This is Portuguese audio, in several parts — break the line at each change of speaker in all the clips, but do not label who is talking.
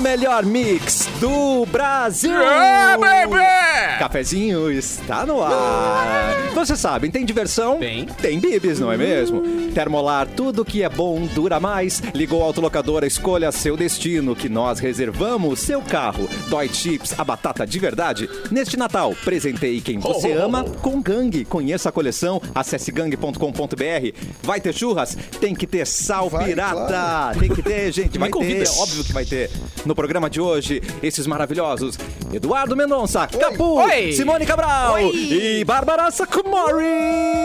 melhor mix do Brasil.
É,
Yeah, Ah, baby!
Cafezinho está no ar. Você sabe, tem diversão?
Tem.
Tem bibis, não é mesmo? Termolar, tudo que é bom dura mais. Ligou a autolocadora, escolha seu destino, que nós reservamos seu carro. Dói Chips, a batata de verdade. Neste Natal, presenteie quem você
ho, ho,
ama com Gang. Conheça a coleção, acesse gang.com.br. Vai ter churras? Tem que ter sal
Vai,
pirata.
claro.
Tem que ter, gente. Vai ter,
convida.
óbvio que vai ter. No programa de hoje, esses maravilhosos Eduardo Mendonça, Capu,
Oi.
Simone Cabral e Bárbara Sacumori.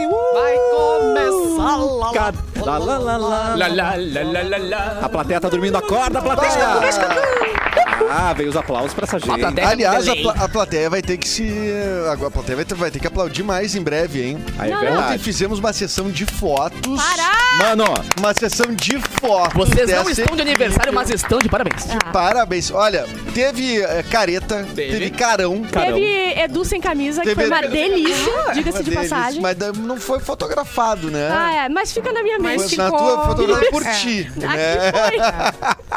Uh!
Vai começar, lá, lá,
Cad- lá, lá, lá, lá.
La, la, la, la, la, la.
A plateia tá dormindo, acorda, plateia! Ah, veio os aplausos pra essa gente.
plateia- Terra
Aliás,
do
a,
delay.
pla- a plateia vai ter que se. A plateia vai ter, vai ter que aplaudir mais em breve, hein?
Aí é
Ontem
verdade.
fizemos uma sessão de fotos.
Pará!
Mano,
Uma sessão de fotos.
Vocês não
dessa
estão de aniversário, mas estão de parabéns.
É. Parabéns. Olha, teve eh, careta,
Teve.
teve, carão.
caramba.
Teve Edu sem camisa, que
Teve
foi uma
Edu- Ah,
delícia, diga-se
Uma
de
delícia,
passagem.
Mas da- não foi fotografado, né?
Ah, é, mas fica na minha
Mas
mente.
na
ficou- É.
tua fotografia por
Isso.
ti, né?
Aqui foi.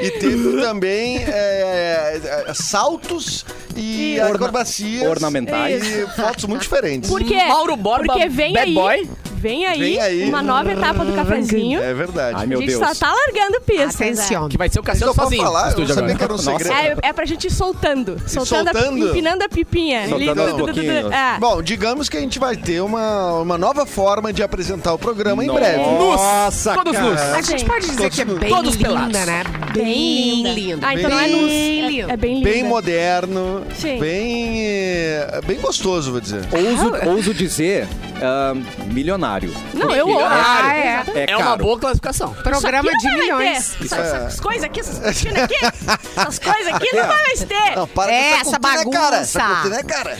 E teve também eh, eh, saltos e
Isso. Orna-
acrobacias.
ornamentais.
E fotos muito diferentes.
Por quê?
Mauro Borba,
Porque vem
bad
aí,
boy.
Vem aí,
Vem aí.
uma nova etapa do cafezinho.
É verdade.
Ai,
a
meu
gente
Deus.
só tá largando pista.
Atenção.
Que vai ser o
Só
Cassiano
Então, pra
sozinho. no
falar, eu
estúdio
não sabia
agora.
que era um
Nossa.
segredo.
É, é pra gente ir soltando. Soltando,
soltando? um
A, empinando a pipinha.
Soltando
Ele-
aos
du- du- du- du-
pouquinhos.
é.
Bom, digamos que a gente vai ter uma, uma nova forma de apresentar o programa em breve.
Nossa,
Todos
cara.
nus.
A gente pode dizer que é bem
Todos
linda,
pelados.
né?
Bem linda. Ah, então não é
Bem
luz.
linda.
É, é bem linda.
Bem moderno,
Sim.
bem eh, bem gostoso, vou dizer.
Ouso, ouso dizer, ah, milionário.
Não, eu ouço.
Ah, é.
É,
É uma
caro.
boa classificação.
Isso
Programa É de
aqui não vai mais
milhões.
ter. Essas,
É.
essas coisas aqui, essas cortinas aqui, essas coisas aqui não vai mais ter.
Não, para
É,
com
essa
cortina,
bagunça.
cara. Essa cortina é cara.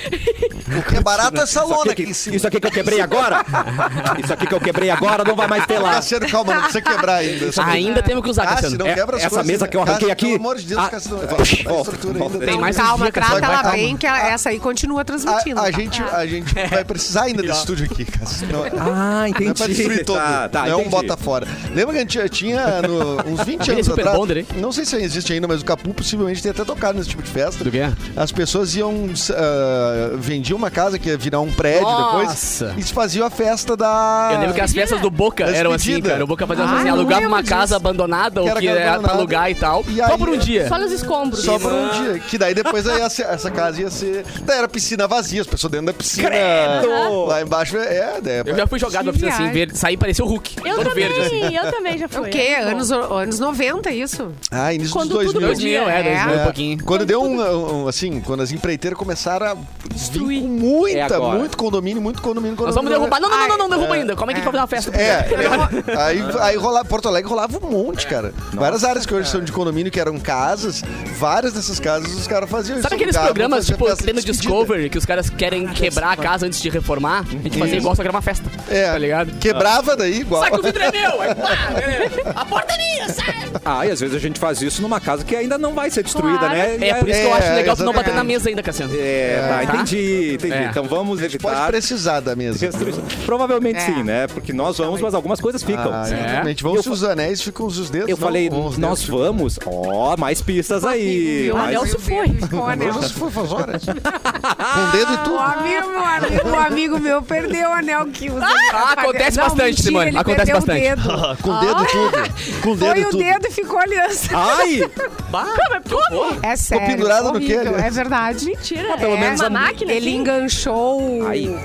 O que é barato é essa
Isso
lona
aqui,
aqui em
que,
cima.
isso aqui que eu quebrei agora? Isso aqui que eu quebrei agora não vai mais ter lá.
Cassiano, calma, não precisa quebrar ainda. Essa
Ainda temos que usar,
Cassi,
Cassiano.
Ah, não
É,
quebra as
essa
coisas.
mesa que eu arranquei
Cassi,
aqui-
Pelo amor de Deus,
Ah,
Cassi, não.
eu
vai-
vou-
vai
vou-
estrutura
vou-
ainda.
Tem
Não,
mais
Calma, trata
vai-
ela
vai-
bem, que ela- essa aí continua
A,
transmitindo.
a gente, a gente vai precisar ainda desse estúdio aqui, Cassi. Não,
Ah, entendi.
Não é pra destruir todo.
Tá, tá,
não é um
entendi.
bota fora. Lembra que a gente tinha no- uns 20
Aquele
anos
Super
atrás?
Bonder, hein?
não sei se existe ainda, mas o Capu possivelmente tem até tocado nesse tipo de festa.
Do quê?
As pessoas iam. s- ah, vendiam uma casa que ia virar um prédio
Nossa.
depois. E se fazia a festa da.
Eu lembro que as festas do Boca eram assim,
ah, Despedida.
cara. O Boca fazia
Ah,
assim,
eu
alugava
lembro
uma
disso.
casa abandonada,
Que
ou
era
que
casa
era pra
abandonada.
alugar e tal.
E
só
aí-
por um dia.
Só nos escombros.
é. Só por um dia. Que daí depois aí essa, essa casa ia ser. Daí era piscina vazia, as pessoas dentro da piscina.
Credo!
Lá embaixo é. é, é
Eu já fui jogado na piscina assim,
viagem.
verde, saí parecia o Hulk.
Eu
todo
também,
verde, assim.
eu também já fui.
O quê?
É muito bom.
Anos, anos 90, isso?
Ah, início
Quando
dos
tudo
2000.
podia.
2000, é,
É.
2000 e
É,
pouquinho.
Quando deu um, um, assim, quando as empreiteiras começaram a destruir com
É
muita,
agora.
muito condomínio, muito condomínio,
Nós
condomínio.
vamos derrubar. Não, não, não, não, não derruba
Ai,
ainda. Como é que a gente vai fazer uma festa?
É, é. aí, aí rolava, Porto Alegre rolava um monte, cara. Várias áreas que hoje são de condomínio, que eram casas, várias dessas casas os caras faziam isso.
Sabe aqueles
Alugavam,
programas,
faziam
tipo,
festa
que tem no
de despedida. Ah,
Discovery, que os caras querem quebrar a casa antes de reformar? A gente fazia
Isso.
igual, só que era uma festa.
É,
Tá ligado?
Quebrava daí, igual.
Sai que o vidro é meu! Aí, pá, é. A porta é minha, sai!
Ah, e às vezes a gente faz isso numa casa que ainda não vai ser destruída,
Claro.
né? E
É, por isso que eu
É,
acho legal tu não
exatamente.
bater na mesa ainda, Cassiano.
É, tá,
Tá?
entendi, entendi.
É.
Então vamos
Pode
evitar.
precisar da mesa.
restrições. Provavelmente
É.
sim, né? Porque nós vamos, mas algumas coisas ficam.
Ah,
É.
exatamente. Vão se os anéis, ficam os dedos.
Eu
não,
falei,
ou os
nós
dedos
vamos. Ó, mais pistas aí.
Viu?
o
Mais...
anel se foi.
Ficou o
ficam-
anel.
Hoje foi faz horas. né? Com o dedo e
O
tudo.
amigo, o amigo, o amigo meu perdeu o anel que usa.
Ah, acontece bastante, Simone,
ele
acontece
perdeu
bastante.
O dedo.
Com o dedo e tudo. Com o dedo
Foi
e
o
tudo.
dedo e ficou a aliança.
Ai!
Como?
É sério.
pendurado no
horrível,
quê, aliança?
É verdade.
Mentira.
É,
uma máquina.
Ele
assim?
enganchou o-
Ai.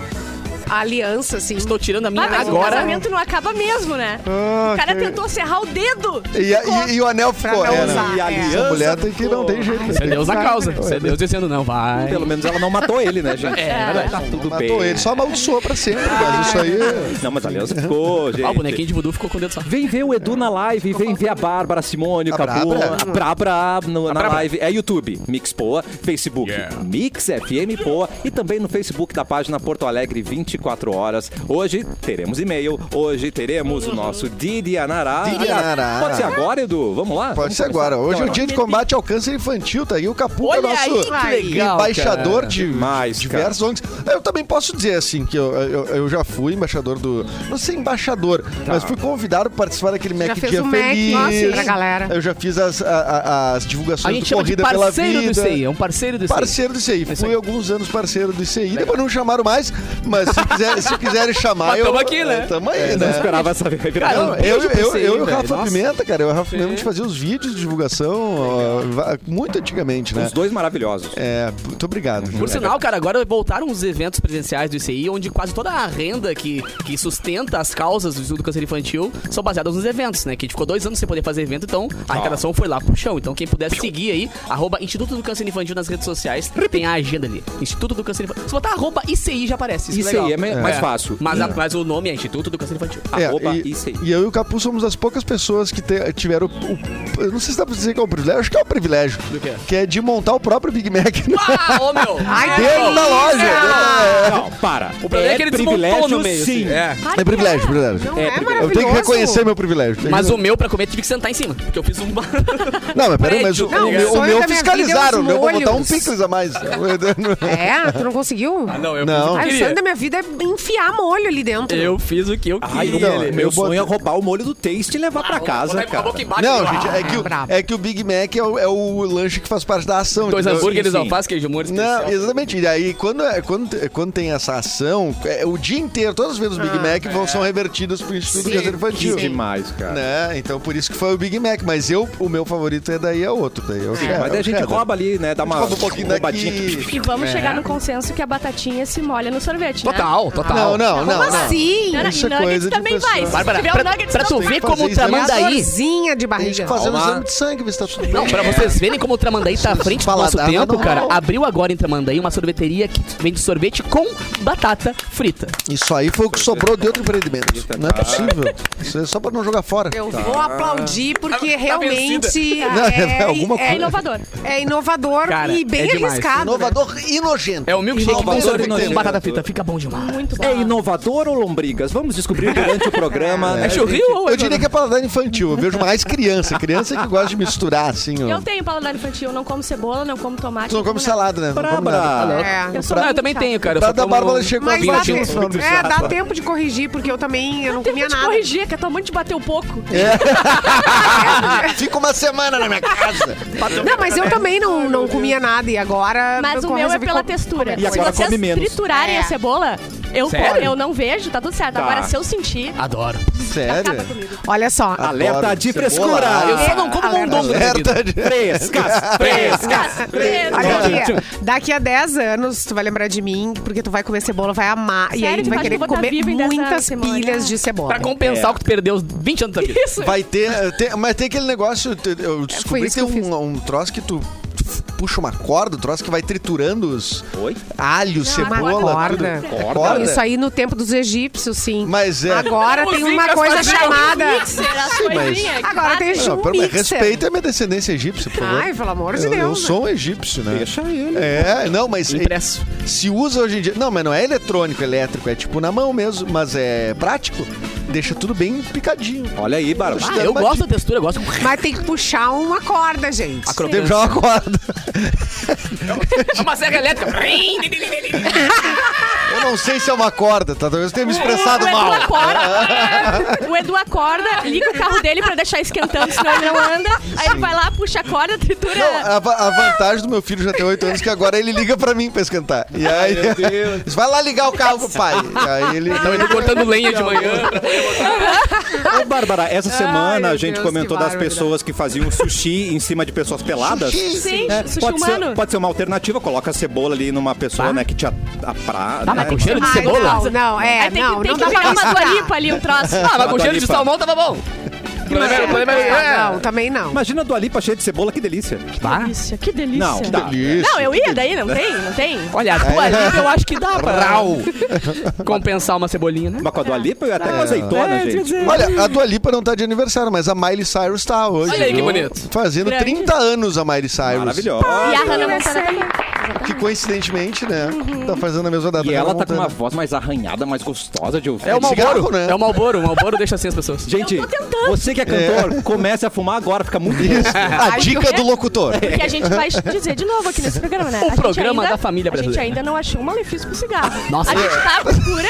a aliança, assim.
Estou tirando a minha
Ah, mas o
agora.
casamento não acaba mesmo, né?
Ah,
o cara
que-
tentou serrar o dedo.
E, a- e- e o anel ficou.
não
é,
usar.
né?
E
é.
a aliança.
A mulher tem que não tem jeito.
Isso é Deus na causa. Isso é Deus dizendo, não, vai.
Pelo menos ela não matou ele, né, gente?
É, verdade.
Tá tudo
Matou
bem.
ele, só amaldiçoou pra sempre. Mas isso aí.
Não, mas a aliança ficou, gente.
Ah, o bonequinho de voodoo ficou com o dedo só.
Vem ver o Edu na live, e vem ver a Bárbara, Simone, o
A né,
Capu,
Brabra?
a Brabra no- na
Brabra.
live. É YouTube, Mix Poa, Facebook,
Yeah.
Mix FM Poa e também no Facebook da página Porto Alegre 20 24 horas. Hoje teremos e-mail, hoje teremos o nosso Didi Anará.
Didi
Aliás,
Anará.
Pode ser agora, Edu? Vamos lá?
Pode ser agora. Hoje é o dia de combate ao câncer infantil, tá aí o Capu, que é
Olha aí,
nosso
que legal,
embaixador
cara.
de
Demais,
diversos ONGs. Eu também posso dizer, assim, que eu, eu, eu já fui embaixador do... Não sei embaixador,
Tá.
mas fui convidado para participar daquele Mac
fez
Dia
o Mac,
Feliz.
nossa, pra galera.
Eu já fiz as, a- a- as
A
divulgações
gente
do
chama de
Corrida pela
parceiro do
Vida.
ICI, é um parceiro do ICI.
Parceiro do ICI.
Isso
Fui
aí.
alguns anos parceiro do ICI. Depois não chamaram mais, mas se, quiser, se quiserem chamar,
Mas
eu.
tamo aqui, né?
Tamo aí,
Não
né?
esperava essa é reviravolta.
Cara,
Não,
Um
eu,
beijo
eu,
pro
eu,
ICI,
e o Rafa
velho. Nossa.
Pimenta, cara, eu e o Rafa Pimenta a gente fazia os vídeos de divulgação ó, va- muito antigamente, né?
Os dois maravilhosos.
É, muito obrigado.
Uhum.
Por sinal, cara, agora voltaram os eventos presenciais do ICI, onde quase toda a renda que, que sustenta as causas do Instituto do Câncer Infantil são baseadas nos eventos, né? Que a gente ficou dois anos sem poder fazer evento, então a arrecadação foi lá pro chão. Então quem puder seguir aí, arroba Instituto do Câncer Infantil nas redes sociais, tem a agenda ali. Instituto do Câncer Infantil. Se botar arroba ICI já aparece. Isso é
ICI
legal.
é me- mais fácil.
Mas, a- mas o nome é Instituto do Câncer Infantil.
É,
Arroba
e,
ICI.
e eu e o Capu somos as poucas pessoas que te- tiveram. o- o- eu não sei se dá pra dizer que é um privilégio, acho que é um privilégio.
quê?
Que é de montar o próprio Big Mac
Ah, ô meu!
Ai,
É,
dentro da loja. dentro da-
Não, para.
O problema é que ele desmontou
privilégio,
no meio,
sim.
assim. É.
Ai,
É privilégio, privilégio.
Não
É
é,
privilégio.
maravilhoso.
Eu tenho que reconhecer meu privilégio.
Mas o meu, pra comer, tive que sentar em cima, porque eu fiz uma...
Não, mas peraí, mas o,
Não,
o
o
meu, o
sonho
meu
da minha vida é
fiscalizaram.
os
o meu vou botar um
molhos.
picles a mais.
É, tu não conseguiu?
Ah, Não, eu
Não.
Ai, o
queria.
sonho da minha vida é enfiar molho ali dentro.
Eu fiz o que então, eu
Ai,
queria.
Não,
o meu
eu
sonho
botei-
é roubar o molho do taste e levar pra casa,
Botar com a
cara.
boca embaixo,
Não,
assim,
gente, é
é
que, o,
brabo.
é que o Big Mac é o, é o lanche que faz parte da ação.
Dois
entendeu?
hambúrgueres,
sim.
alface, queijo molho
Não,
especial.
exatamente. E aí, quando, é- quando, é- quando tem essa ação, é, o dia inteiro, todas as vendas do Big Mac vão, são revertidas pro Instituto
Ah, é.
de
Sim,
Câncer Infantil.
Que demais, cara.
Né? Então, por isso que foi o Big Mac. Mas eu, o meu favorito é daí é outro. Daí é o cheddar,
Mas daí a
é o
gente
cheddar.
rouba ali, né? Dá uma
Rouba um pouquinho
roubadinha.
daqui.
E vamos chegar no consenso que a batatinha se molha no sorvete, né?
Total, total.
Não, não, não.
Como
não.
assim?
Cara,
Isso é
e nuggets
coisa de
também
pessoa.
vai. Se
Bárbara,
tiver um
pra,
nuggets,
pra tu
não vai.
ver como o
fazer exame.
Tramandaí...
Dorzinha
Tem
de
que
barriga.
fazer um
Calma.
exame de sangue, ver se tá tudo bem.
Não, é pra vocês verem como o Tramandaí tá à frente do nosso
Paladar
tempo,
normal.
cara. Abriu agora em Tramandaí uma sorveteria que vende sorvete com batata frita.
Isso aí foi o que sobrou de outro empreendimento. Não é possível. Isso é só pra não jogar fora.
Eu vou aplaudir porque
Tá- tá
realmente é,
Não, é alguma
É
coisa.
inovador.
é inovador
Cara,
e bem
é demais.
arriscado. né?
Inovador e nojento.
É o milkshake com
Inovador
sorvete
e
com
nojento.
batata frita. Fica bom demais.
Muito bom.
É inovador ou lombrigas? Vamos descobrir durante o programa.
É churril ou é
Eu diria que é paladar infantil. Eu vejo mais criança. Criança que gosta de misturar, assim. ó.
Eu tenho paladar infantil, eu não como cebola, não como tomate.
Tu não come
nada.
salada, né? Não come nada.
Brabra.
É.
Eu sou
Não, Ah, eu
muito
também
chata.
tenho, cara. Eu
Pra
só um-
da
tomo
Bárbara chegou
Mas
vinho
dá
tinto.
tempo, é, dá tempo de corrigir, porque eu também eu não
Tem
comia
que te
nada.
corrigir, que a tua mãe te bateu pouco.
Ah, Fica uma semana na minha casa.
Não, mas eu também não, não comia nada e agora.
Mas
eu
o meu é
resolvi
pela
comer.
textura.
E agora
se vocês
come menos.
triturarem
É.
a cebola, eu,
Sério? Ah,
eu não vejo, tá tudo certo.
Tá.
Agora, se eu sentir,
Adoro.
Sério?
acaba comigo.
Olha só.
Alerta de
Cebola.
frescura.
Eu só não como
Alerta.
mondongo. na minha vida.
Certa de-
Frescas, frescas.
Olha
Olha
aqui, daqui a 10 anos tu vai lembrar de mim, porque tu vai comer cebola, vai amar. e aí
Sério,
tu
tu
vai
acha
querer
que eu vou tá
comer
viva em 10 anos,
muitas
Simone?
pilhas de
Pra
cebola.
compensar o que tu perdeu os 20 anos da vida.
Isso.
Vai ter, eh, tem- Mas tem aquele negócio. te- Eu descobri que
É, isso
tem
que eu
um, um troço que tu f- puxa uma corda, um troço que vai triturando os
Oi?
alho,
Uma
cebola.
corda.
tudo. É
Corda?
Corda?
Isso aí no tempo dos egípcios, sim.
Mas é.
Agora
Os
tem uma
incas
coisa
faziam.
um
chamada. Agora
Agora
tem
Não,
um
pera, mas
mixer.
respeita a minha descendência egípcia, por favor.
Ai, pelo amor de
eu, eu
Deus. né?
sou um egípcio, né?
Deixa ele.
É, não, mas é,
Impresso.
se usa hoje em dia. Não, mas não é eletrônico, elétrico, é tipo na mão mesmo, mas é prático. Deixa tudo bem picadinho.
Olha aí, Bárbara.
Ah, eu gosto da textura, eu gosto.
Mas tem que puxar uma corda, gente.
Tem que jogar uma corda.
É uma serra elétrica.
Eu não sei se é uma corda, tá? Talvez eu tenha me expressado
o Edu
mal.
acorda, o Edu acorda, liga o carro dele pra deixar esquentando, senão ele não anda. Aí ele vai lá, puxa a corda, tritura.
Não, a, va- a vantagem do meu filho já tem 8 anos que agora ele liga pra mim pra esquentar. E aí,
meu Deus.
vai lá ligar o carro pro pai. E aí ele.
Não, ele cortando lenha de manhã.
Ô, Bárbara, essa semana
meu
a gente
Deus,
comentou
que
das
bárbaro.
pessoas que faziam sushi em cima de pessoas peladas.
Sim, sushi
pode, ser,
humano.
pode ser uma alternativa, coloca a cebola ali numa pessoa, né, que te né? apra...
Ah, mas com cheiro de
Ai,
cebola?
não, não, é,
Aí tem
não,
que, tem
não
que
dá
virar
pra
uma
misturar.
dolipa ali, um troço.
Ah, mas com
Uma
cheiro de
tulipa.
salmão tava bom.
problema é- o problema é- é.
Não, Ah, também não.
Imagina a Dua Lipa cheia de cebola, que delícia.
Tá?
Delícia, que delícia.
Não, dá.
Delícia.
Não, eu ia né? daí, não tem, não tem.
Olha, a tua Lipa eu acho que dá pra compensar uma cebolinha, né?
Mas com a
Tá.
Dua Lipa eu ia até com azeitona,
É,
gente.
Olha, a Dua Lipa não tá de aniversário, mas a Miley Cyrus tá hoje.
Olha aí que
viu?
bonito.
Fazendo
Grande.
30 anos a Miley Cyrus.
Maravilhosa.
E a Hannah Montana também.
Que coincidentemente, né? Tá fazendo a mesma data.
E
da
ela tá com
Montana.
uma voz mais arranhada, mais gostosa de ouvir.
É o
cigarro,
Malboro,
né?
É o
um-
Malboro, o Malboro deixa assim as pessoas.
Gente, você que é cantor, comece a fumar agora, fica muito bom.
A dica do locutor.
Porque a gente vai dizer de novo aqui nesse programa, né?
O
A gente
programa
ainda-
da família
A
brasileira.
gente ainda não achou um malefício pro cigarro.
Nossa.
A gente tá à procura.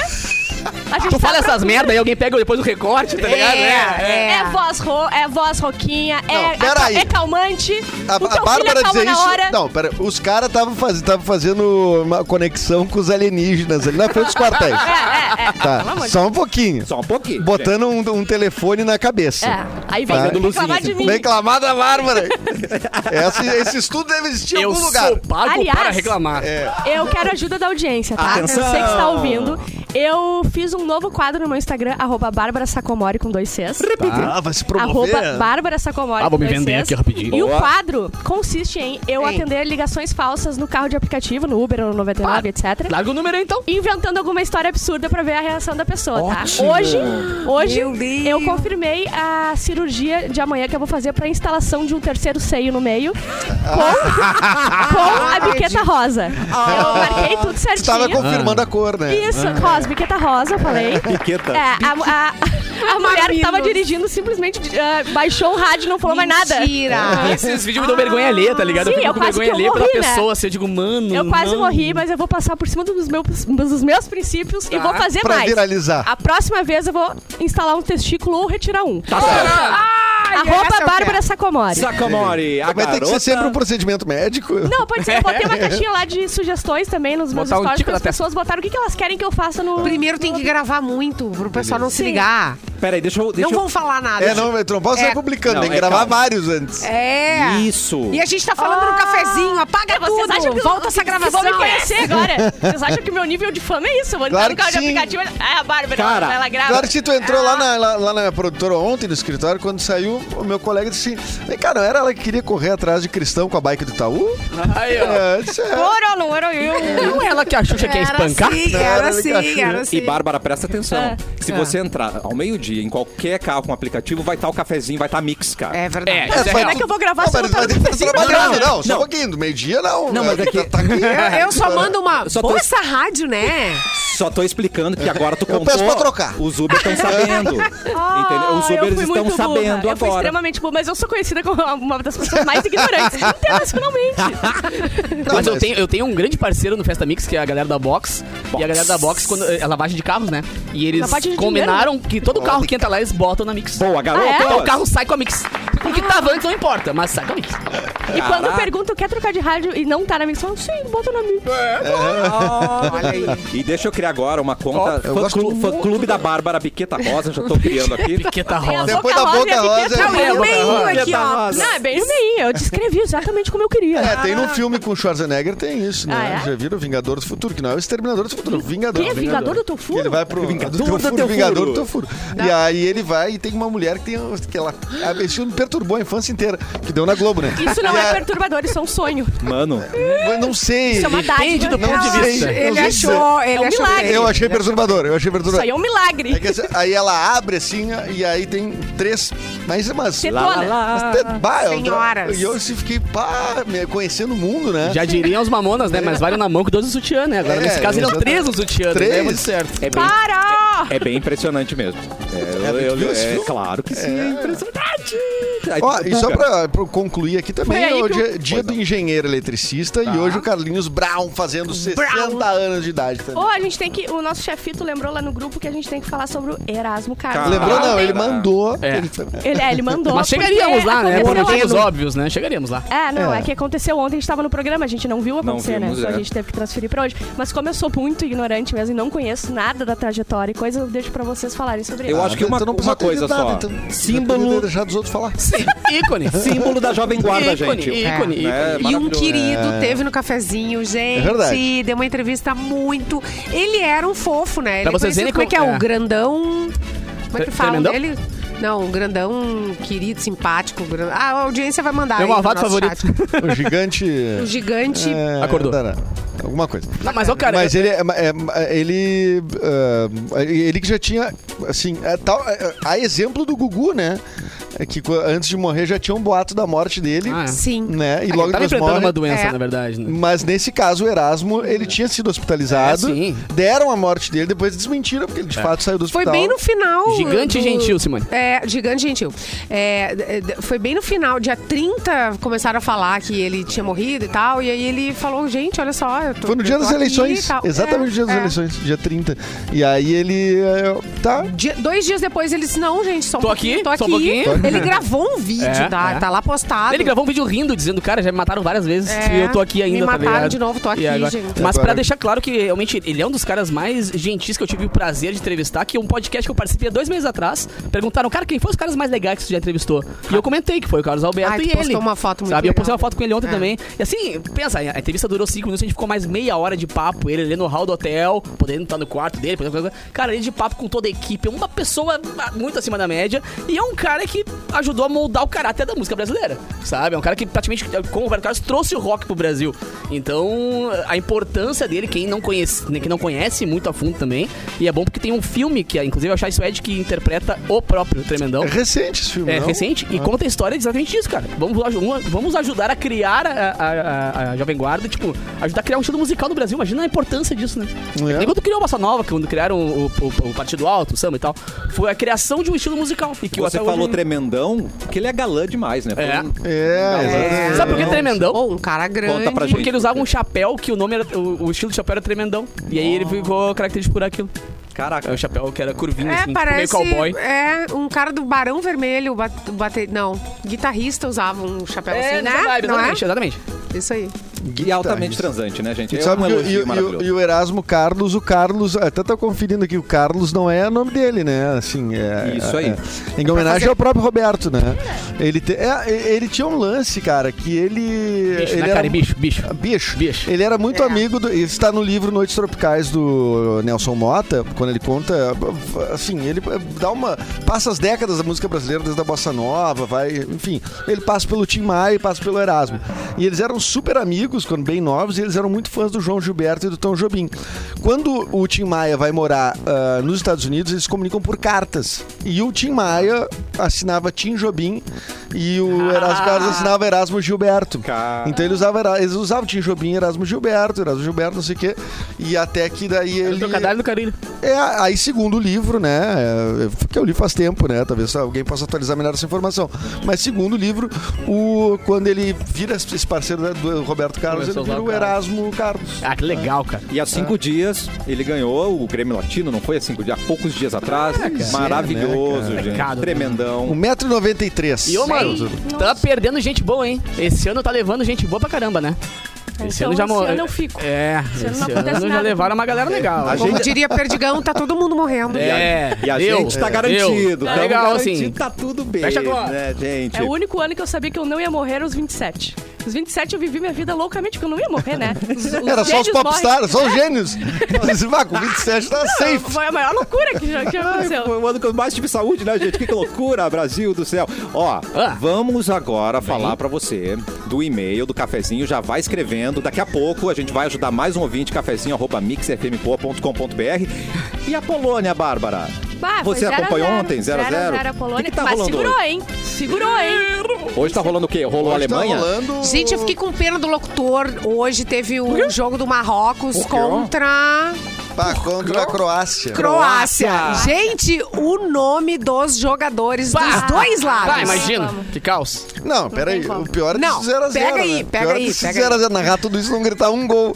A gente
Tu
tá
fala
à
essas merda e alguém pega depois o recorte, tá ligado?
É, é. voz ro é voz roquinha, é,
Não, peraí.
é calmante.
A,
o teu
a
filho
Bárbara
acalma
dizer
na
isso.
hora.
Não, pera. Os caras estavam faz, tavam fazendo uma conexão com os alienígenas ali na frente dos quartéis.
É, é, é. Pelo
Tá,
amor de
só um pouquinho.
Só um pouquinho.
Botando um, um telefone na cabeça.
É, aí vem
Tá.
reclamar de mim.
Bem clamada, Bárbara. Esse, esse estudo deve existir em
Eu
algum lugar. É.
sou pago
Aliás,
para reclamar.
Eu quero a ajuda da audiência, tá?
Atenção!
Você que está ouvindo. Eu fiz um novo quadro no meu Instagram, arroba Bárbara Sacomori com dois Cs.
Tá,
Ah, vai se promover.
Arroba Bárbara Sacomori.
Ah, vou me
com dois
vender
Cs.
aqui rapidinho.
E o
Boa.
quadro consiste em eu atender ligações falsas no carro de aplicativo, no Uber ou no 99, etc.
Larga o número aí, então.
inventando alguma história absurda pra ver a reação da pessoa,
Ótimo.
tá? Hoje,
Meu Deus.
hoje eu confirmei a cirurgia de amanhã que eu vou fazer pra instalação de um terceiro seio no meio com, com a biqueta rosa. Eu marquei tudo
Tu tava
certinho.
confirmando a cor, né?
Isso, rosa, biqueta rosa, eu falei.
Piqueta.
É, a, a- a mulher que tava dirigindo simplesmente ah, baixou o rádio e não falou mais nada.
Mentira.
Esses vídeos me dão vergonha alheia, tá ligado?
Sim,
eu fico
eu
com
quase
vergonha
que
alheia
eu
pela
morri, né?
pessoa, assim, eu digo, mano.
Eu quase
não.
morri, mas eu vou passar por cima dos meus, dos meus princípios e vou
Tá.
fazer
Pra
mais.
viralizar.
A próxima vez eu vou instalar um testículo ou retirar um. Tá
essa é eu
Arroba
quero.
Bárbara
É.
Sacomori.
Sacamore, a
Mas tem que
garota...
ser sempre um procedimento médico.
Não, pode ser. Eu botei
É.
uma caixinha lá de sugestões também nos meus
Botar um
stories
tico
para as
na testa.
pessoas botaram o que que elas querem que eu faça no...
Primeiro tem que gravar muito pro pessoal não se
Sim.
ligar.
um-
Peraí, deixa eu... Deixa
Não
eu-
vão falar nada.
É, não, tu não pode sair
É.
publicando,
Não,
tem que
é,
gravar
calma.
vários antes.
É.
Isso.
E a gente tá falando no cafezinho, apaga
Ah. É, Vocês acham
tudo,
que eu-
volta essa
que- que
gravação.
Vão me conhecer agora. Vocês acham que o meu nível de fama é isso? Eu vou entrar
Claro
no carro
que
de
sim.
aplicativo... Ah, a Bárbara,
Cara,
ela, ela grava.
Claro que tu entrou
Ah.
lá na, lá, lá na produtora ontem, no escritório, quando saiu, o meu colega disse assim, "Vem cá, não era ela que queria correr atrás de Cristão com a bike do Itaú?
Aí, ó.
É, eu disse, é.
Foram, não era eu.
Não é ela que a Xuxa quer
Era
espancar?
assim,
Não,
era
era
assim,
legal.
era assim.
E Bárbara, presta atenção.
É.
Ah.
Se você entrar ao meio-dia em qualquer carro com aplicativo, vai estar o cafezinho, vai estar mix, cara.
É
É,
verdade.
isso é
mas
real.
que eu vou gravar se
não,
eu
mas,
não
mas
tá
tem que estar trabalhando, não, só
Não.
um pouquinho, do meio-dia não.
Não, mas é que-
Tá, tá aqui.
Eu, eu só mando uma.
Só tô-
Pô, essa rádio, né?
Só tô explicando que agora tu
Eu
contou.
peço pra trocar.
Os Uber estão sabendo. entendeu?
Ah,
Os
eu
Ubers
fui
estão
muito burra.
sabendo
Eu fui
agora.
extremamente burra, mas eu sou conhecida como uma das pessoas mais ignorantes internacionalmente.
Não,
Mas eu tenho, eu tenho um grande parceiro no Festa Mix, que é a galera da Box. E a galera da Box, quando, é lavagem de carros, né? E eles
Lavagem de
combinaram que todo carro que entra lá, eles botam na Mix.
Boa, garoto.
Ah, é?
Então o carro sai com a Mix. O que tava antes não importa, mas sai com a Mix.
E quando
Caraca.
perguntam, quer trocar de rádio e não tá na mix, falam, sim, bota na mix.
Olha aí.
E deixa eu criar agora uma conta.
eu
fã
gosto
clu- fã clube da Bárbara Biqueta Rosa, já tô criando aqui.
Piqueta rosa.
Depois da boca
e a
rosa,
biqueta
eu-
rosa. é
Não, e o meio aqui, ó.
Não, é bem no meio, eu descrevi exatamente como eu queria.
É, tem no filme com o Schwarzenegger, tem isso, né?
Ah, é?
Já viram o Vingador do Futuro, que não é o Exterminador do Futuro, o Vingador.
Quem é Vingador do teu furo?
Ele vai pro
Vingador
do teu
do
furo,
teu
Vingador
furo.
do teu furo. E aí ele vai e tem uma mulher que tem um, que ela a- esse filme perturbou a infância inteira, que deu na Globo, né?
Isso não
E
é
a-
perturbador, isso é um sonho.
Mano,
Eu não sei.
Isso é uma
Depende
dádiva.
do ponto de
Não
vista.
sei.
Ele
Eu
achou, ele
um
achou.
milagre.
bem.
Eu achei perturbador, eu achei
Isso aí
perturbador.
é um milagre.
É que essa- aí ela abre assim e aí tem três, mais umas
Tetona.
Mas te- bah, eu-
Senhoras.
E eu se fiquei pá, me- conhecendo o mundo, né?
Já diriam os mamonas, né? Mas vale na mão que dois no sutiã, né? Agora,
É,
nesse caso, eram
exatamente.
três no sutiã.
Três?
Três? É muito certo.
é
Ah.
bem,
Para!
é bem impressionante mesmo. É, eu-
É,
eu-
tu viu esse
é
filme?
claro que sim, é impressionante. Aí
Ó,
tu
e só
buga.
pra, pra eu concluir aqui também,
Foi aí
é o
que
dia, dia do engenheiro eletricista
Tá.
e hoje o Carlinhos Brown fazendo 60 anos de idade tá? também.
Ou a gente tem que. O nosso chefito lembrou lá no grupo que a gente tem que falar sobre o Erasmo Carlos.
Cara.
Lembrou? Não,
Ontem-
ele mandou.
É.
Ele foi-
Ele, é, ele mandou.
Mas chegaríamos
porque
lá, né? Por
aconteceu
motivos
ontem.
óbvios, né? Chegaríamos lá.
É, não, é. que aconteceu ontem, a gente tava no programa, a gente não viu acontecer,
vimos,
né? Só
é.
a gente teve que transferir pra hoje. Mas como eu sou muito ignorante mesmo e não conheço nada da trajetória e coisa, eu deixo pra vocês falarem sobre
Eu
isso.
acho que Ah, uma,
Então não precisa
uma
ter
coisa
dito nada,
só.
então. Já poderia
símbolo,
deixar dos outros falar.
Sim, ícone.
símbolo da Jovem Guarda,
ícone,
gente.
ícone, ícone.
Né?
E um
Maravilhoso.
querido teve no cafezinho, gente.
verdade.
Deu uma entrevista muito. Ele era um fofo, né? Ele
Pra vocês
conhecido-
verem
como é que é,
como-
o
é.
grandão. Como é que
Tre-
fala
tremendão?
dele? Não, um grandão querido, simpático. gran- Ah, a audiência vai mandar.
Meu
aí no
malvado
nosso
favorito.
chat.
O gigante.
O gigante.
é,
Acordou.
não, não, Alguma coisa.
Não, mas, ó, cara,
Mas ele, é- é- é- ele, ah, ele que já tinha, assim, é tal, é, a exemplo do Gugu, né? É que co- antes de morrer já tinha um boato da morte dele,
Ah, é.
Sim.
né? E
Ah,
logo
tava
depois
enfrentando
morre.
uma doença,
É.
na verdade, né?
Mas nesse caso, o Erasmo, ele tinha sido hospitalizado,
É, sim.
deram a morte dele, depois desmentiram, porque ele de fato saiu do
Foi
hospital.
bem no final.
Gigante
do-
gentil, Simone.
É, gigante gentil. É, d- d- foi bem no final, dia 30, começaram a falar que ele tinha morrido e tal. E aí ele falou, gente, olha só. eu tô-
Foi no
eu
dia
tô
das
aqui e
eleições.
tal.
Exatamente no dia das
é.
eleições, dia 30. E aí ele. é, Tá.
Dia- dois dias depois ele disse, não, gente, só um
Tô
pouquinho,
aqui,
Tô aqui.
só um pouquinho.
Ele gravou um vídeo,
É,
tá,
é.
tá lá postado.
Ele gravou um vídeo rindo, dizendo, cara, já me mataram várias vezes
É,
e eu tô aqui
me
ainda, tá
mataram
ligado?
de novo, tô
E
aqui,
agora-
gente.
Mas pra
Agora-
deixar claro que realmente ele é um dos caras mais gentis que eu tive o prazer de entrevistar, que um podcast que eu participei há dois meses atrás, perguntaram, cara, quem foi os caras mais legais que você já entrevistou? E eu comentei que foi o Carlos Alberto
Ai, tu
e
postou
ele.
uma foto muito
Sabe, eu
legal.
postei uma foto com ele ontem
É.
também. E assim, pensa, a entrevista durou cinco minutos, a gente ficou mais meia hora de papo, ele ali no hall do hotel, podendo estar no quarto dele, podendo... cara, ele de papo com toda a equipe, é uma pessoa muito acima da média, e é um cara que ajudou a moldar o caráter da música brasileira, sabe? É um cara que praticamente, como o Roberto Carlos, trouxe o rock pro Brasil. Então, a importância dele, quem não conhece, né, quem não conhece muito a fundo também, e é bom porque tem um filme que, inclusive, é o Chai Suede que interpreta o próprio Tremendão.
É recente esse filme.
É
não?
recente e conta a história exatamente disso, cara. Vamos, aj- uma- vamos ajudar a criar a, a, a- a Jovem Guarda, tipo, ajudar a criar um estilo musical no Brasil. Imagina a importância disso, né?
É.
É. Nem quando criou a Bossa Nova, quando criaram o, o- o Partido Alto, o Samba e tal, foi a criação de um estilo musical. E que
Você
até hoje-
falou tremendão, porque ele é galã demais, né? Foi
É.
um-
É,
É.
exatamente.
Sabe por que
Não,
Tremendão?
Ou um cara grande.
Conta pra gente.
Porque ele usava um chapéu que o nome era. O, o estilo de chapéu era tremendão. E aí ele ficou característico por aquilo. É
Caraca.
o chapéu que era curvinho,
É,
assim, meio
parece.
cowboy.
É, um cara do Barão Vermelho, bat, bate- não, guitarrista usava um chapéu assim, né?
É, nessa vibe,
não
exatamente, exatamente.
é? Isso aí.
E altamente transante, né, gente?
E
É
sabe
um
que o-
elogio
e, o-
maravilhoso.
e o Erasmo Carlos, o Carlos, até tô conferindo aqui, o Carlos não é nome dele, né? Assim, é,
Isso aí.
é- em homenagem ao próprio Roberto, né? Ele, te- é, ele tinha um lance, cara, que ele.
Bicho,
ele
né,
era-
cara? E Bicho, bicho.
Bicho.
Bicho.
Ele era muito
É.
amigo do. Isso está no livro Noites Tropicais do Nelson Mota, quando ele conta. Assim, ele dá uma. Passa as décadas da música brasileira, desde a Bossa Nova, vai. Enfim, ele passa pelo Tim Maia e passa pelo Erasmo. E eles eram super amigos quando bem novos, e eles eram muito fãs do João Gilberto e do Tom Jobim. Quando o Tim Maia vai morar ah, nos Estados Unidos, eles se comunicam por cartas. E o Tim Maia assinava Tim Jobim e o Erasmo Carlos assinava Erasmo Gilberto.
Cara.
Então ele usava, Era- eles usavam, tinha Jobim, Erasmo Gilberto, Erasmo Gilberto, não sei o quê. E até que daí
Era o
ele.
trocadilho do carilho.
É, aí segundo o livro, né? é, Que eu li faz tempo, né? Talvez alguém possa atualizar melhor essa informação. Mas segundo o livro, o, quando ele vira esse parceiro da- do Roberto Carlos,
Começou a
ele
usar
vira
o
o Erasmo Carlos.
Ah, que legal, cara.
E há cinco dias ele ganhou o Grêmio Latino, não foi há cinco dias, há poucos dias atrás. Maravilhoso,
É, né?
gente.
Pecado,
Tremendão.
1,93m.
E ô, mano, tá perdendo gente boa, hein? Esse ano tá levando gente boa pra caramba, né?
Então, esse ano eu fico.
É, esse,
ano não
ano,
acontece
já
nada.
levaram uma galera legal.
A
Como
gente-
diria Perdigão, tá todo mundo morrendo.
É,
E a
deu,
gente tá
deu.
garantido.
Tá
tamo
legal,
garantido,
assim.
Tá tudo bem,
Fecha a conta.
né, gente?
É o único ano que eu sabia que eu não ia morrer aos 27. Os 27 eu vivi minha vida loucamente, porque eu não ia morrer, né? Os-
Era só os
gênios morrem.
popstars, só
É.
os gênios. Esse vácuo, 27 tá safe.
Foi a maior loucura que já que já
é Ai,
aconteceu.
Foi o ano que eu mais tive saúde, né, gente? Que loucura, Brasil do céu. Ó,
Ah.
vamos agora falar pra você do e-mail, do cafezinho. Já vai escrevendo. Daqui a pouco a gente vai ajudar mais um ouvinte, cafezinho, arroba mixfmpoa.com.br. E a Polônia, Bárbara?
Bah, foi
você
zero a
acompanhou
zero.
ontem? 0x0?
Zero a zero a
O que
Polônia.
que tá
Mas
rolando
segurou,
hoje?
hein? Segurou, hein?
Hoje tá rolando o quê? Rolou a
Hoje tá
Alemanha?
rolando-
Gente, eu fiquei com pena do locutor. Hoje teve o jogo do Marrocos contra
Pá, contra a Croácia.
Croácia.
Croácia.
Gente, o nome dos jogadores dos dois lados.
Ah, imagina, que caos.
Não, peraí.
como.
O pior é que
Não,
0x0. Zero a
pega
zero,
aí,
né?
pega
pior
aí,
É que se
pega
0 a 0 narrar tudo isso, não gritar um gol.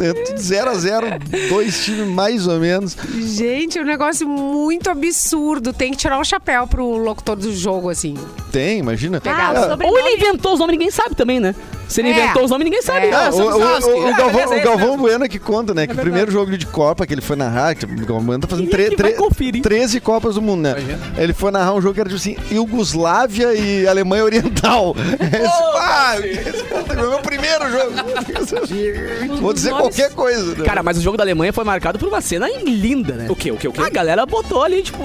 É 0x0, dois times mais ou menos.
Gente, é um negócio muito absurdo. Tem que tirar o chapéu pro locutor do jogo, assim.
Tem, imagina.
Ah, o
É,
sobrenome.
Ou ele inventou os nomes, ninguém sabe também, né? Se ele
É.
inventou os nomes, ninguém sabe.
É.
Ah,
Ah, o,
só
o-
Sasuke.
o- o
Ah,
Galvão,
beleza,
o
é
Galvão
isso mesmo.
Bueno que conta,
É
né? Que o primeiro jogo de Copa que ele foi narrar, que o Galvão Bueno tá fazendo tre-
que vai
tre-
conferir.
13 Copas do Mundo, né?
Imagina.
Ele foi narrar um jogo que era tipo assim, Iugoslávia e Alemanha Oriental. Esse, ah, esse puta, meu primeiro jogo. Vou dizer qualquer coisa. né?
Ah, Cara, mas o jogo da Alemanha foi marcado por uma cena linda, né?
O quê? O quê? O quê?
A galera botou ali, tipo,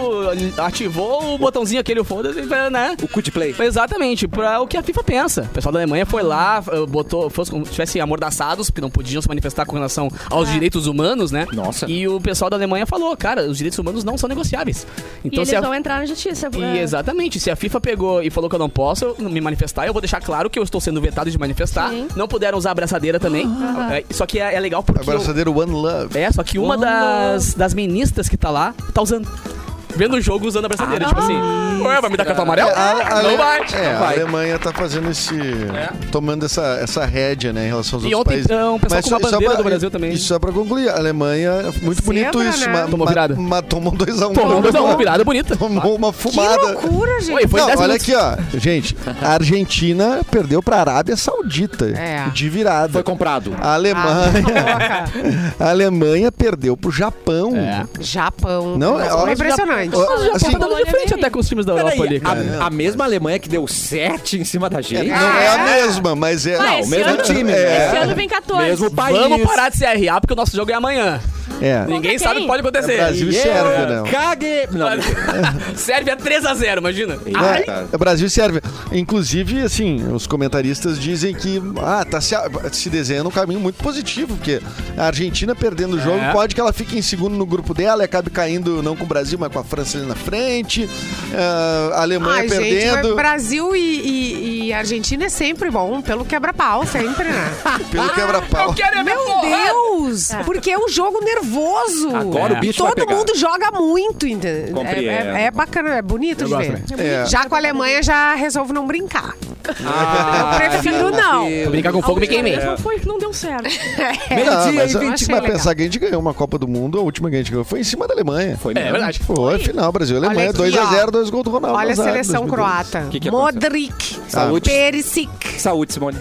ativou o botãozinho aquele, foda-se, né?
O cut play.
Exatamente, pra o que a FIFA pensa. O pessoal da Alemanha foi lá, eh, botou, fosse como se tivessem amordaçados, porque não podiam se manifestar com relação
É.
aos direitos humanos, né?
Nossa.
E o pessoal da Alemanha falou, cara, os direitos humanos não são negociáveis.
E
Então
eles
se a...
vão entrar na justiça.
E,
é.
exatamente, se a FIFA pegou e falou que eu não posso eu não me manifestar, eu vou deixar claro que eu estou sendo vetado de manifestar.
Sim.
Não puderam usar a abraçadeira também. É, só que é, é legal porque.
Agora
eu-
sadeiro One Love.
é, só que uma das, das ministras que tá lá, tá usando. Vendo o jogo usando a braçadeira,
Ah.
tipo assim. Ué, vai me dar cartão
É,
amarelo?
A, a-
não vai.
Ah,
É.
é, a
vai.
Alemanha tá fazendo esse. tomando essa, essa rédea, né, em relação aos
E
outros
ontem,
países.
então, o pessoal com
só-
uma
só
bandeira
pra-
do Brasil também.
E só pra concluir, a Alemanha, muito
Zebra,
bonito isso.
né?
Mas
Tomou virada.
Mas tomou 2x1.
Tomou dois a um, virada bonita.
Tomou uma
Que
fumada.
loucura, gente.
Oi, foi
Não,
10
olha
minutos.
aqui, ó. Gente, a Argentina perdeu pra Arábia Saudita.
É.
De virada.
Foi comprado.
A
Ah,
Alemanha.
cala a boca.
a Alemanha perdeu pro Japão.
É.
Japão.
Não, é
é
óbvio.
impressionante.
Ó,
Mas o Japão
assim,
tá dando de frente até com os times da Europa
Peraí,
ali, cara.
a, a mesma Alemanha que deu 7 em cima da
é,
gente.
não é a mesma, mas é.
Vai,
Não,
esse
mesmo
ano-
time, né?
Esse ano vem 14.
Mesmo país.
Vamos parar de se RA porque o nosso jogo é amanhã.
é.
Ninguém
quem?
sabe o que pode acontecer.
É Brasil e
Yeah,
Sérvia, não.
Cague. Não, mentira.
Sérvia 3x0, imagina.
É,
Tá.
é Brasil e Sérvia. Inclusive, assim, os comentaristas dizem que ah, tá se, se desenhando um caminho muito positivo, porque a Argentina perdendo o jogo,
É.
pode que ela fique em segundo no grupo dela e acabe caindo não com o Brasil, mas com a França ali na frente, ah, a Alemanha
Ai, gente, mas
perdendo.
Brasil e, e- e Argentina é sempre bom, pelo quebra-pau, sempre, né?
Pelo quebra-pau.
quero
Meu Deus! Porque é um jogo nervoso.
Agora o bicho
Todo
vai pegar.
mundo joga muito, entendeu? É,
Compreendo.
é- é bacana, é bonito de ver.
É.
Já com a Alemanha, já resolvo não brincar.
Ah,
Eu prefiro não.
Deus.
Brincar com fogo, me queimei.
Não foi, não deu certo.
Ah,
Meio-dia
mas
e um,
a
vinte.
gente vai
Achei
pensar que a gente ganhou uma Copa do Mundo, a última que a gente ganhou foi em cima da Alemanha.
Foi
É
mesmo.
verdade.
Foi, final, Brasil e
Olha
Alemanha,
aqui,
2x0,
ó.
2 gols do Ronaldo.
Olha a
azar,
seleção
2002.
croata.
Que que aconteceu?
Modric,
Saúde.
Perisic,
Saúde, Tá. Simone.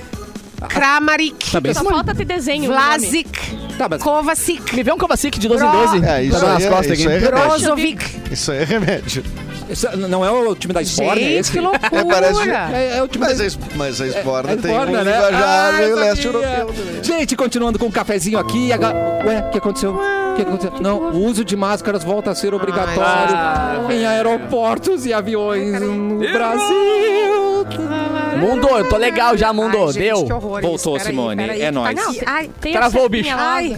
Kramaric,
Também.
Só falta ter desenho. no nome.
Vlasic,
Tá, mas-
Kovacic,
Me vê um Kovacic de 12 em 12.
É, isso
Tá nas
aí é-
costas
isso
aqui.
né?
aí é remédio.
Brozovic.
Isso aí é remédio.
Isso Não é o time da Sport, é
Gente,
esse?
que loucura.
É, parece-
É, é o time da
Mas a, es- mas a Esborna
É
tem
borda,
um
né?
linguajar
Ah,
meio
sabia.
leste europeu. né? também.
Gente, continuando com o cafezinho aqui. Aga... Ué, o que aconteceu? O que aconteceu? Não, o uso de máscaras volta a ser obrigatório em aeroportos e aviões no Brasil.
Mundo, eu tô legal já, Mundo.
Ai, gente,
Deu.
que horror
Voltou,
isso. Peraí,
Simone.
peraí.
É
Tá,
nóis.
não, Ai,
Tem
Travou
a
o bicho.
chapinha lá.
ai,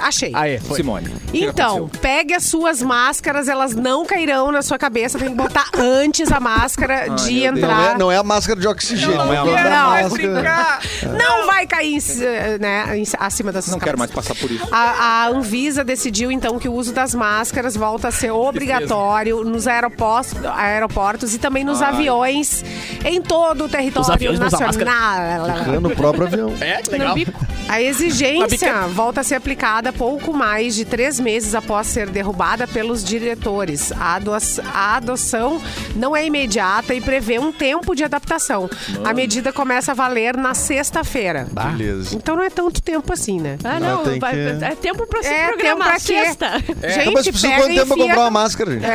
achei.
Aê, foi.
Simone. o que
Então,
aconteceu?
pegue as suas máscaras, elas não cairão na sua cabeça. Tem que botar antes a máscara de
meu Deus.
Não é,
entrar.
não é a máscara de oxigênio.
Não, não é a
é
máscara.
a
vai
máscara.
brincar. Não vai cair em ci- né, em- acima das suas
não quero
cabeças.
mais passar por
Ah,
isso.
A, a Anvisa decidiu, então, que o uso das máscaras volta a ser obrigatório nos aeroportos, aeroportos e também nos aviões em todo o território
Os aviões não usam
nacional.
No próprio avião.
É, que legal.
A
bica-
exigência volta a ser aplicada pouco mais de três meses após ser derrubada pelos diretores. A, adua- a adoção não é imediata e prevê um tempo de adaptação. A medida começa a valer na sexta-feira.
Beleza.
Então não é tanto tempo assim, né?
Ah,
Não,
não.
tem
vai-
que-
É tempo pra se
É,
programar.
tempo pra quê?
Sexta.
Gente,
Então, Mas precisa
pega
quanto
e
tempo pra
enfia
comprar uma máscara, gente?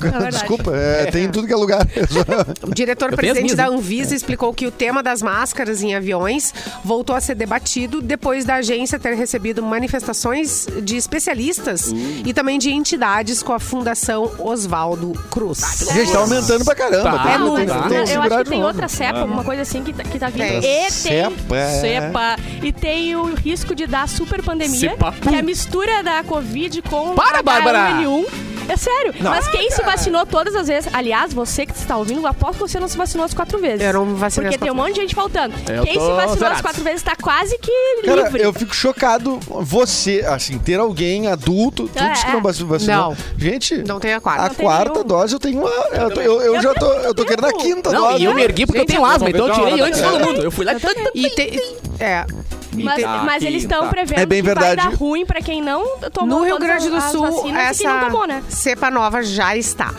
verdade.
Desculpa, é, tem em tudo que é lugar.
O
tenho as
diretor-presidente
minhas,
da
né?
Anvisa explicou que o tema das máscaras em aviões voltou a ser debatido depois da agência ter recebido manifestações de especialistas
Uh.
e também de entidades com a Fundação Oswaldo Cruz.
gente, tá aumentando pra caramba.
Tá.
Ah,
Tem-
mas
tem- tem
não,
que
eu
segurar
acho que
de
tem
novo.
outra cepa, alguma coisa assim que tá, que tá vindo.
Tem.
E tem
Cepa, é.
cepa. E tem o risco de dar super pandemia,
Cepa.
que é a mistura da Covid com
Para,
a
Bárbara!
H1N1. É sério, mas quem se vacinou todas as vezes, aliás, você que está ouvindo, eu aposto que você não se vacinou as quatro vezes.
Eu não me vacinei
Porque
as
tem um
quatro
monte de gente faltando.
Eu
quem se
tô
vacinou as
zerado.
quatro vezes está quase que
Cara,
livre.
eu fico chocado. Você, assim, ter alguém adulto, tu
É,
disse que não
é.
vac- vacinou.
Não.
Gente,
Não tem a
a
quarta.
tem
quarta
nenhum.
dose eu tenho uma. Eu, tô- eu- eu já tô, eu tô querendo a quinta
Não,
dose.
e eu me ergui porque eu tenho asma, então eu tirei antes de todo mundo. Eu fui lá e...
E tem, é,
Mas,
Tá
mas
aqui,
eles estão
tá.
prevendo
É bem
que
verdade.
vai dar ruim pra quem não tomou
no Rio
todas
Grande do
as
Sul,
vacinas e quem
essa
não tomou, né?
cepa nova já está.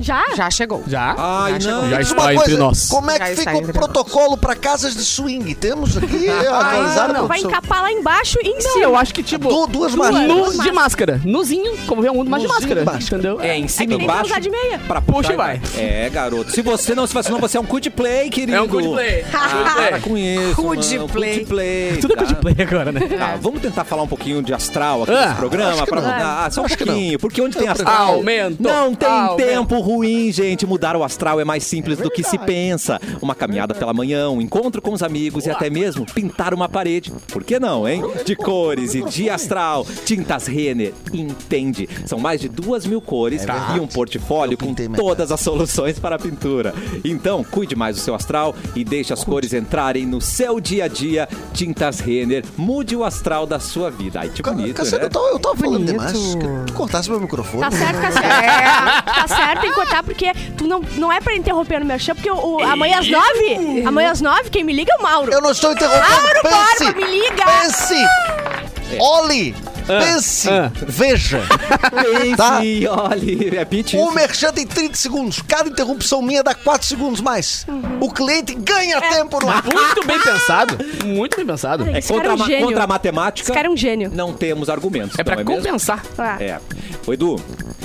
Já?
Já chegou.
Já?
Ah.
Ai,
Já
não.
Já
Diz
está entre nós.
como é
Já
que
está
fica o
entre nós.
protocolo para casas de swing? Temos aqui é, organizado
Ah, Vai encapar lá embaixo e em
Não,
cima.
eu acho que, tipo,
Du- duas máscaras.
nus de máscara. Nuzinho, como vê o mundo, mas de
Nuzinho
máscara.
de máscara.
Entendeu?
É, em cima
É que
e
nem
embaixo.
usar de meia.
Pra
Puxa
puxar
e vai.
É, garoto. Se você não se vacinou, você é um good play, querido. Ah,
É um good play. Good play.
Para com isso.
Good
mano.
play.
Good play.
Tudo é
tá?
good play agora, né?
Tá, vamos tentar falar um pouquinho de astral aqui
Ah,
nesse programa
acho que
pra
não.
mudar. Ah, só um
Acho que não. Então,
pouquinho, porque onde tem astral.
Aumento.
Não tem
Aumento.
tempo ruim, gente. Mudar o astral é mais simples do que se pensa. Uma caminhada pela manhã, um encontro com os amigos e até mesmo pintar uma parede. Por que não, hein? De cores e de astral. Tintas Renner entende. São mais de duas mil cores e um portfólio com
pintei metade.
todas as soluções para a pintura. Então, cuide mais do seu astral e deixe as cores entrarem no seu dia a dia. Tintas Renner, mude o astral da sua vida. Ai, que bonito,
Cassiano,
né?
eu tava, eu tava falando
Bonito.
demais. Que tu cortasse meu microfone.
Tá certo, tá certo. Tá certo, tem que cortar, porque tu não, não é pra interromper no meu chão, porque o, o- amanhã às nove, amanhã às nove, quem me liga é o Mauro.
Eu não estou interrompendo.
Mauro
pense,
Borba, me liga!
Pense. Olhe. Pense.
ah.
Veja.
Pense,
Tá.
olha, é pitch.
O merchan tem 30 segundos. Cada interrupção minha dá 4 segundos mais.
Uhum.
O cliente
É.
ganha tempo no ar.
Muito bem pensado. Muito bem pensado.
É
Esse cara é
contra,
um
a ma-
gênio.
contra a matemática.
Esse cara é um gênio.
Não temos argumentos.
É pra
não mesmo?
compensar.
Ah.
É. Ô, Edu,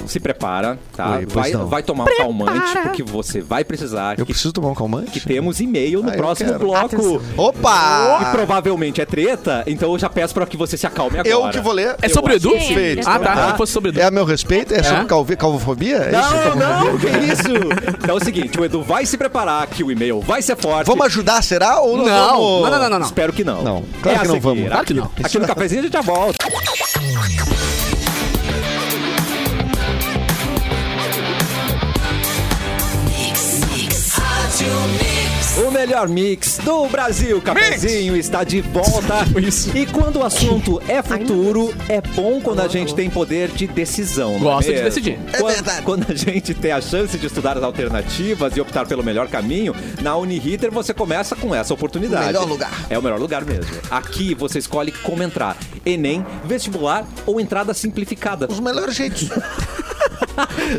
se prepara, tá?
Oi, pois
vai,
não.
vai tomar um calmante, porque você vai precisar.
Eu
que,
preciso tomar um calmante?
que temos e-mail no
Ah, eu
próximo
quero. Ah.
bloco.
Atenção.
E
Opa!
provavelmente é treta, então eu já peço pra que você se acalme agora.
Eu que vou ler.
É sobre o Edu?
achei. Perfeito.
Ah, tá. Achei que fosse sobre o Edu.
É a meu respeito? É sobre calvi- calvofobia? É isso?
Não, não, que isso? Então é o seguinte, o Edu vai se preparar, que o e-mail vai ser forte.
Vamos ajudar, será? Ou
Não,
nós
não,
vamos-
não, não, não. não.
Espero que não. É
Não, claro
a
que não
seguir.
é vamos.
Aqui-
Claro que não.
Aqui no cafezinho a gente já volta. O melhor mix do Brasil, cafezinho está de volta.
Isso.
E quando o assunto é futuro, é bom quando a gente tem poder de decisão. não é
Gosta de
mesmo?
decidir.
É
Quando-
verdade.
Quando a gente tem a chance de estudar as alternativas e optar pelo melhor caminho, na Uniriter você começa com essa oportunidade.
O melhor lugar.
É o melhor lugar mesmo. Aqui você escolhe como entrar: Enem, vestibular ou entrada simplificada.
Os melhores jeitos.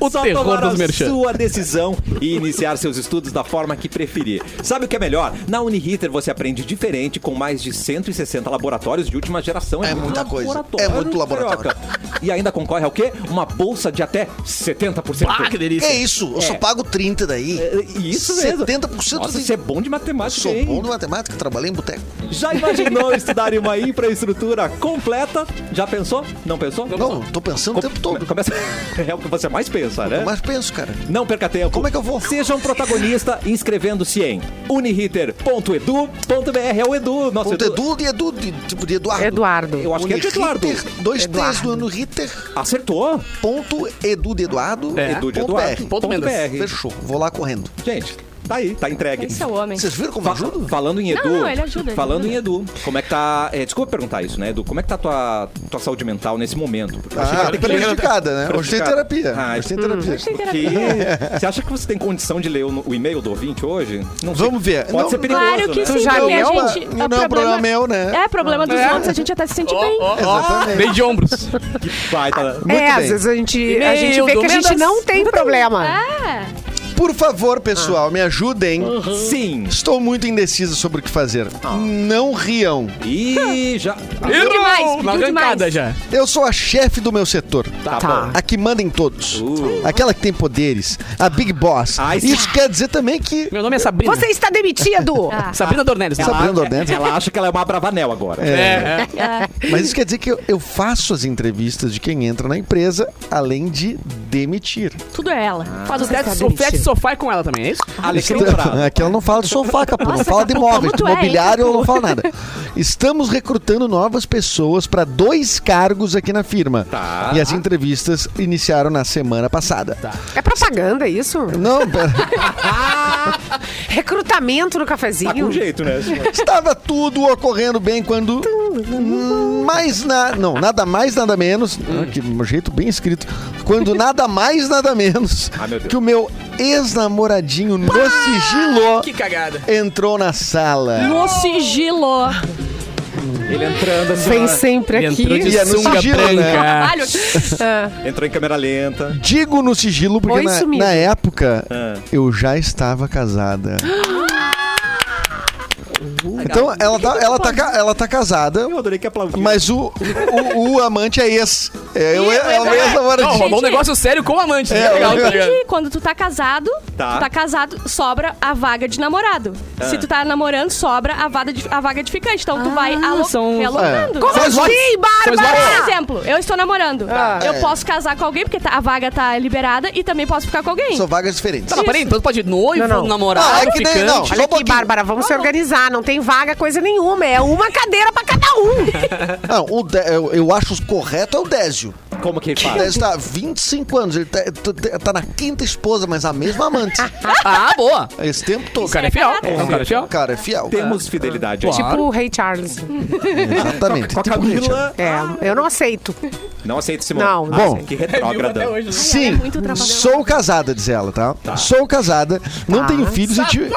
O
Só
terror
tomar
dos
a
merchan.
sua decisão e iniciar seus estudos da forma que preferir. Sabe o que é melhor? Na Uniriter você aprende diferente com mais de 160 laboratórios de última geração.
É muita coisa.
laboratório,
É muito laboratório.
carioca. E ainda concorre ao quê? Uma bolsa de até 70%.
Ah, que delícia.
Que é isso? Eu só pago 30 daí.
É, Isso mesmo.
70%
Nossa,
de-
você é bom de
Eu
matemática,
sou
hein?
bom de matemática, trabalhei em boteco.
Já imaginou estudar em uma infraestrutura completa? Já pensou? Não pensou?
Não, tô pensando o tempo todo.
Começa... É o que você mais pensa, né?
Mas penso, cara.
Não perca tempo.
Como é que eu vou?
Seja um protagonista inscrevendo-se em uniriter.edu.br. É o Edu, nosso
Ponto
Edu.
Edu de Edu, de, tipo de Eduardo.
Eduardo.
Eu acho que é de Eduardo.
Ritter, dois T's do ano Ritter.
Acertou.
Ponto Edu de Eduardo.
É.
Edu de
ponto
Eduardo.
BR.
Ponto Mendes.
Fechou, vou lá correndo.
Gente, tá aí, tá entregue.
Esse é o homem.
Vocês viram como eu
Fa-
ajudo?
Falando em
Não,
Edu.
não, ele ajuda, ele
falando
ajuda.
em Edu, como é que tá. é, desculpa perguntar isso, né, Edu? Como é que tá a tua, tua saúde mental nesse momento? Porque eu achei
Ah, prejudicada, né? Hoje tem
Prejudicada.
terapia.
Ah,
Hoje tem terapia.
Acho que tem
que-
terapia.
Você acha que você tem condição de ler o, o e-mail do ouvinte hoje? Não sei.
Vamos ver.
Pode
Não-
ser perigoso.
Claro que
né?
sim,
já
porque
leu,
a
mas
gente.
não é um problema meu, né?
É, problema dos outros, a gente até se sente bem.
Exatamente.
Bem de ombros.
Vai, tá.
Muito
é,
bem.
às vezes a gente, a
E-mail
gente vê
do
que a gente
Mendes.
não tem problema.
É.
Por favor, pessoal, me ajudem.
Sim.
Estou muito indecisa sobre o que fazer. Não riam.
E já. Ah,
Errou!
demais, pediu
Na arrancada
demais.
já.
Eu sou a chefe do meu setor.
Tá, bom.
A que manda em todos.
Uh.
Aquela que tem poderes. A Big Boss.
Ai, sim.
Isso quer dizer também que.
Meu nome é Sabrina.
Você está demitido!
Ah.
Sabrina Dornelles.
Ela- Sabrina Ornelas.
Ela acha que ela é uma bravanel agora.
É,
É,
é.
Mas isso quer dizer que eu, eu faço as entrevistas de quem entra na empresa, além de demitir.
Tudo é ela.
Faz o teste, o teste sofá é com ela também, é isso?
Alecrim
Então,
Dourado.
É que ela não fala de sofá, Capu, não
Nossa,
fala de
Capu,
imóveis,
como
de
tu é, hein,
imobiliário, ela não
Capu?
fala nada. Estamos recrutando novas pessoas para dois cargos aqui na firma.
Tá.
E as entrevistas iniciaram na semana passada.
É propaganda isso?
Não, pera.
Recrutamento no
Tá com
cafezinho?
jeito, né? senhor?
Estava tudo ocorrendo bem quando. Hum, Mais na, não, nada mais, nada menos.
Hum.
Ah, Que um jeito bem escrito. Quando nada mais, nada menos.
Ah, meu Deus.
que o meu ex-namoradinho no sigilo
Que cagada.
entrou na sala.
No sigilo.
Ele entrando assim.
Vem
ó,
sempre aqui.
Entrou de
E é no
sunga
sigilo, né?
branca.
Trabalho.
Ah,
Entrou em câmera lenta.
Digo no sigilo porque
Oi,
na,
sumido.
na época
Ah.
eu já estava casada. Então ela tá, ela, tá, ca- ela tá casada,
Eu adorei que aplaudiu.
mas o, o, o amante é ex. É, eu,
Ih,
é o
mas-
ex-namorado.
Não, rolou um
Gente.
negócio sério com o amante.
É,
É, legal, tá ligado?
Entendi. Quando tu tá casado,
Tá.
tu tá casado, sobra a vaga de namorado. Se tu tá namorando, sobra a vaga de, a vaga de ficante. Então tu vai alo
são-
alocando.
Como
Faz
assim,
Por
Bárbara?
exemplo, eu estou namorando. eu
é.
posso casar com alguém, porque tá- a vaga tá liberada, e também posso ficar com alguém.
São vagas diferentes.
Tá, mas peraí, então pode ir noivo,
Não, não.
namorado,
Ah, é que nem-
ficante.
não. Só um
Olha aqui,
pouquinho.
Bárbara, vamos se organizar. Não tem vaga, coisa nenhuma. É uma cadeira pra cada um.
Não, o Dé- eu, eu acho o correto é o Désio.
Como que ele
O
faz?
Désio tá há 25 anos, ele tá, tá- tá na quinta esposa, mas a mesma amante.
Ah, boa.
Esse tempo todo.
O cara é fiel. É um cara fiel.
Cara, é fiel.
Temos fidelidade. aí.
Claro.
Tipo o Rei Charles.
Exatamente.
Com a
Tipo, gente,
Camila.
É, eu não aceito.
Não aceito esse momento.
Não, não
Bom.
que
É
retrógrada.
Sim,
é muito trabalhoso.
sou casada, diz ela, tá? Sou casada, não tenho
Ah,
filhos e tive,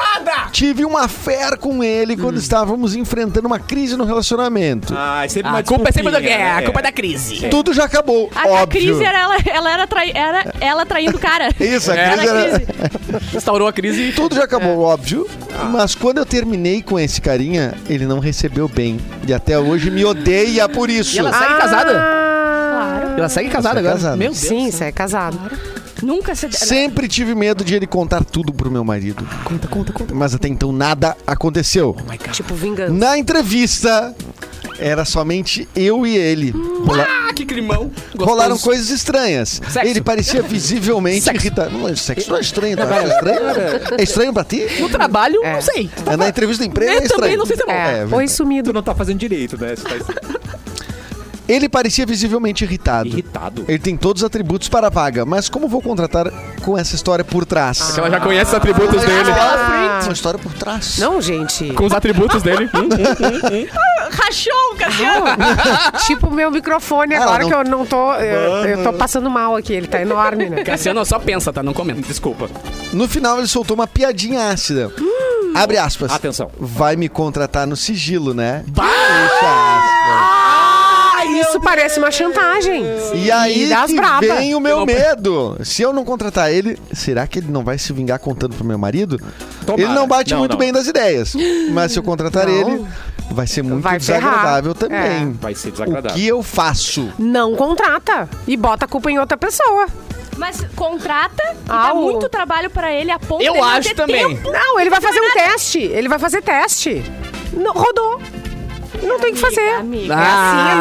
tive uma fé com ele quando estávamos enfrentando uma crise no relacionamento.
Ah, é sempre uma
A culpa é sempre do...
desculpinha,
É,
né?
a culpa é da crise.
Tudo já acabou,
A, a
óbvio.
crise era ela, ela era, trai, era ela traindo o cara.
Isso, a
Era
crise era...
crise.
Instaurou a crise e...
Tudo já acabou, óbvio. Mas quando eu terminei com esse carinha, ele não recebeu bem. E até hoje me odeia por isso.
E ela segue é casada.
Claro.
Ela segue casada
Ah. Segue
agora.
casada.
Meu Deus.
Ah, Sim, você é casado.
Nunca se.
Sempre tive medo de ele contar tudo pro meu marido.
Conta, conta, conta.
Mas até então nada aconteceu.
Oh
Tipo, vingança.
Na entrevista, era somente eu e ele. Rola-
Ah, que climão. Gostoso.
Rolaram coisas estranhas.
Sexo.
Ele parecia visivelmente irritado. Não, sexo não é estranho, tá? É estranho? É estranho pra ti?
No trabalho,
É.
não sei.
É na entrevista da empresa,
tá Eu
é
também
estranho.
não sei se é bom.
É,
Oi,
verdade.
Tu
sumido.
não tá fazendo direito, né? Você tá
Ele parecia visivelmente irritado.
irritado.
Ele tem todos os atributos para a vaga, mas como vou contratar com essa história por trás?
Porque ela já conhece os atributos
Ah.
dele.
Uma história por trás.
Não, gente.
Com os atributos dele. Hum?
Rachou o cachorro.
tipo o meu microfone
Ah,
agora
não.
que eu não tô. Eu, eu tô passando mal aqui, ele tá enorme, né?
Cassiano, só pensa, tá? Não comenta.
Desculpa.
No final, ele soltou uma piadinha ácida. Abre aspas.
Atenção.
Vai me contratar no sigilo, né?
Isso parece uma chantagem.
E aí
das
que
braba.
vem o meu
Opa.
medo. Se eu não contratar ele, será que ele não vai se vingar contando pro meu marido?
Tomara.
Ele não bate
Não,
muito
não.
bem das ideias. Mas se eu contratar
Não.
ele, vai ser muito
Vai ferrar.
desagradável também.
Vai ser
O
desagradável.
que eu faço?
Não contrata. E bota a culpa em outra pessoa.
Mas contrata e dá
Au.
muito trabalho pra ele a ponto
Eu
dele não é
acho
ter
também.
tempo.
Não, ele vai fazer um teste. Ele vai fazer teste. Não, rodou. Não tem o que fazer.
Amiga,
Ah,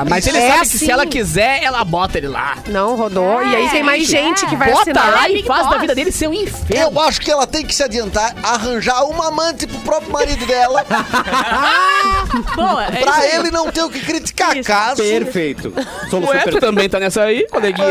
amiga.
mas ele
É
sabe que
assim.
se ela quiser, ela bota ele lá.
Não, rodou. e aí tem mais
É,
gente que vai
Bota
assinar.
lá
é
e
Big
faz da
Boss.
vida dele ser um inferno.
Eu acho que ela tem que se adiantar, arranjar uma amante pro próprio marido dela,
Boa, é isso
pra
aí.
ele não ter o que criticar.
Isso.
Caso
Perfeito. Solução
Ué, tu
perfeita.
também tá nessa aí, coleguinha.